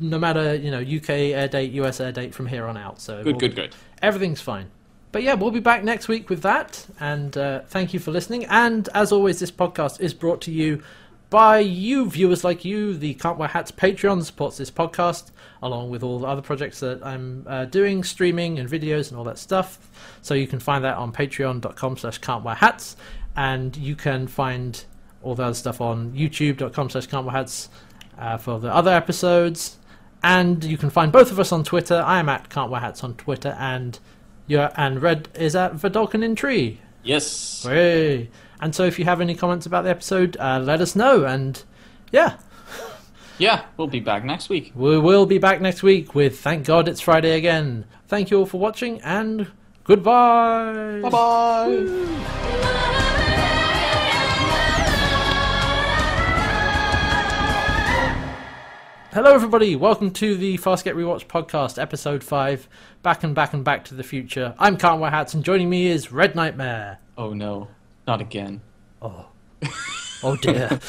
Speaker 1: no matter you know UK air date, US air date from here on out. So
Speaker 2: good,
Speaker 1: we'll-
Speaker 2: good, good.
Speaker 1: everything's fine. But yeah, we'll be back next week with that. And uh, thank you for listening. And as always, this podcast is brought to you by you, viewers like you. The Can't Wear Hats Patreon supports this podcast, along with all the other projects that I'm uh, doing, streaming and videos and all that stuff. So you can find that on patreon.com slash can't wear hats. And you can find all the other stuff on youtube.com slash can't wear hats uh, for the other episodes. And you can find both of us on Twitter. I am at Can't Wear Hats on Twitter, and you and Red is at Verdolkin in Tree.
Speaker 2: Yes.
Speaker 1: Hey. And so, if you have any comments about the episode, uh, let us know. And yeah,
Speaker 2: Yeah, we'll be back next week.
Speaker 1: we will be back next week with Thank God It's Friday again. Thank you all for watching, and goodbye.
Speaker 2: Bye bye.
Speaker 1: Hello, everybody. Welcome to the Fast Get Rewatch podcast, episode five. Back and back and back to the future. I'm Can't Wear Hats, and joining me is Red Nightmare.
Speaker 2: Oh no, not again.
Speaker 1: Oh dear.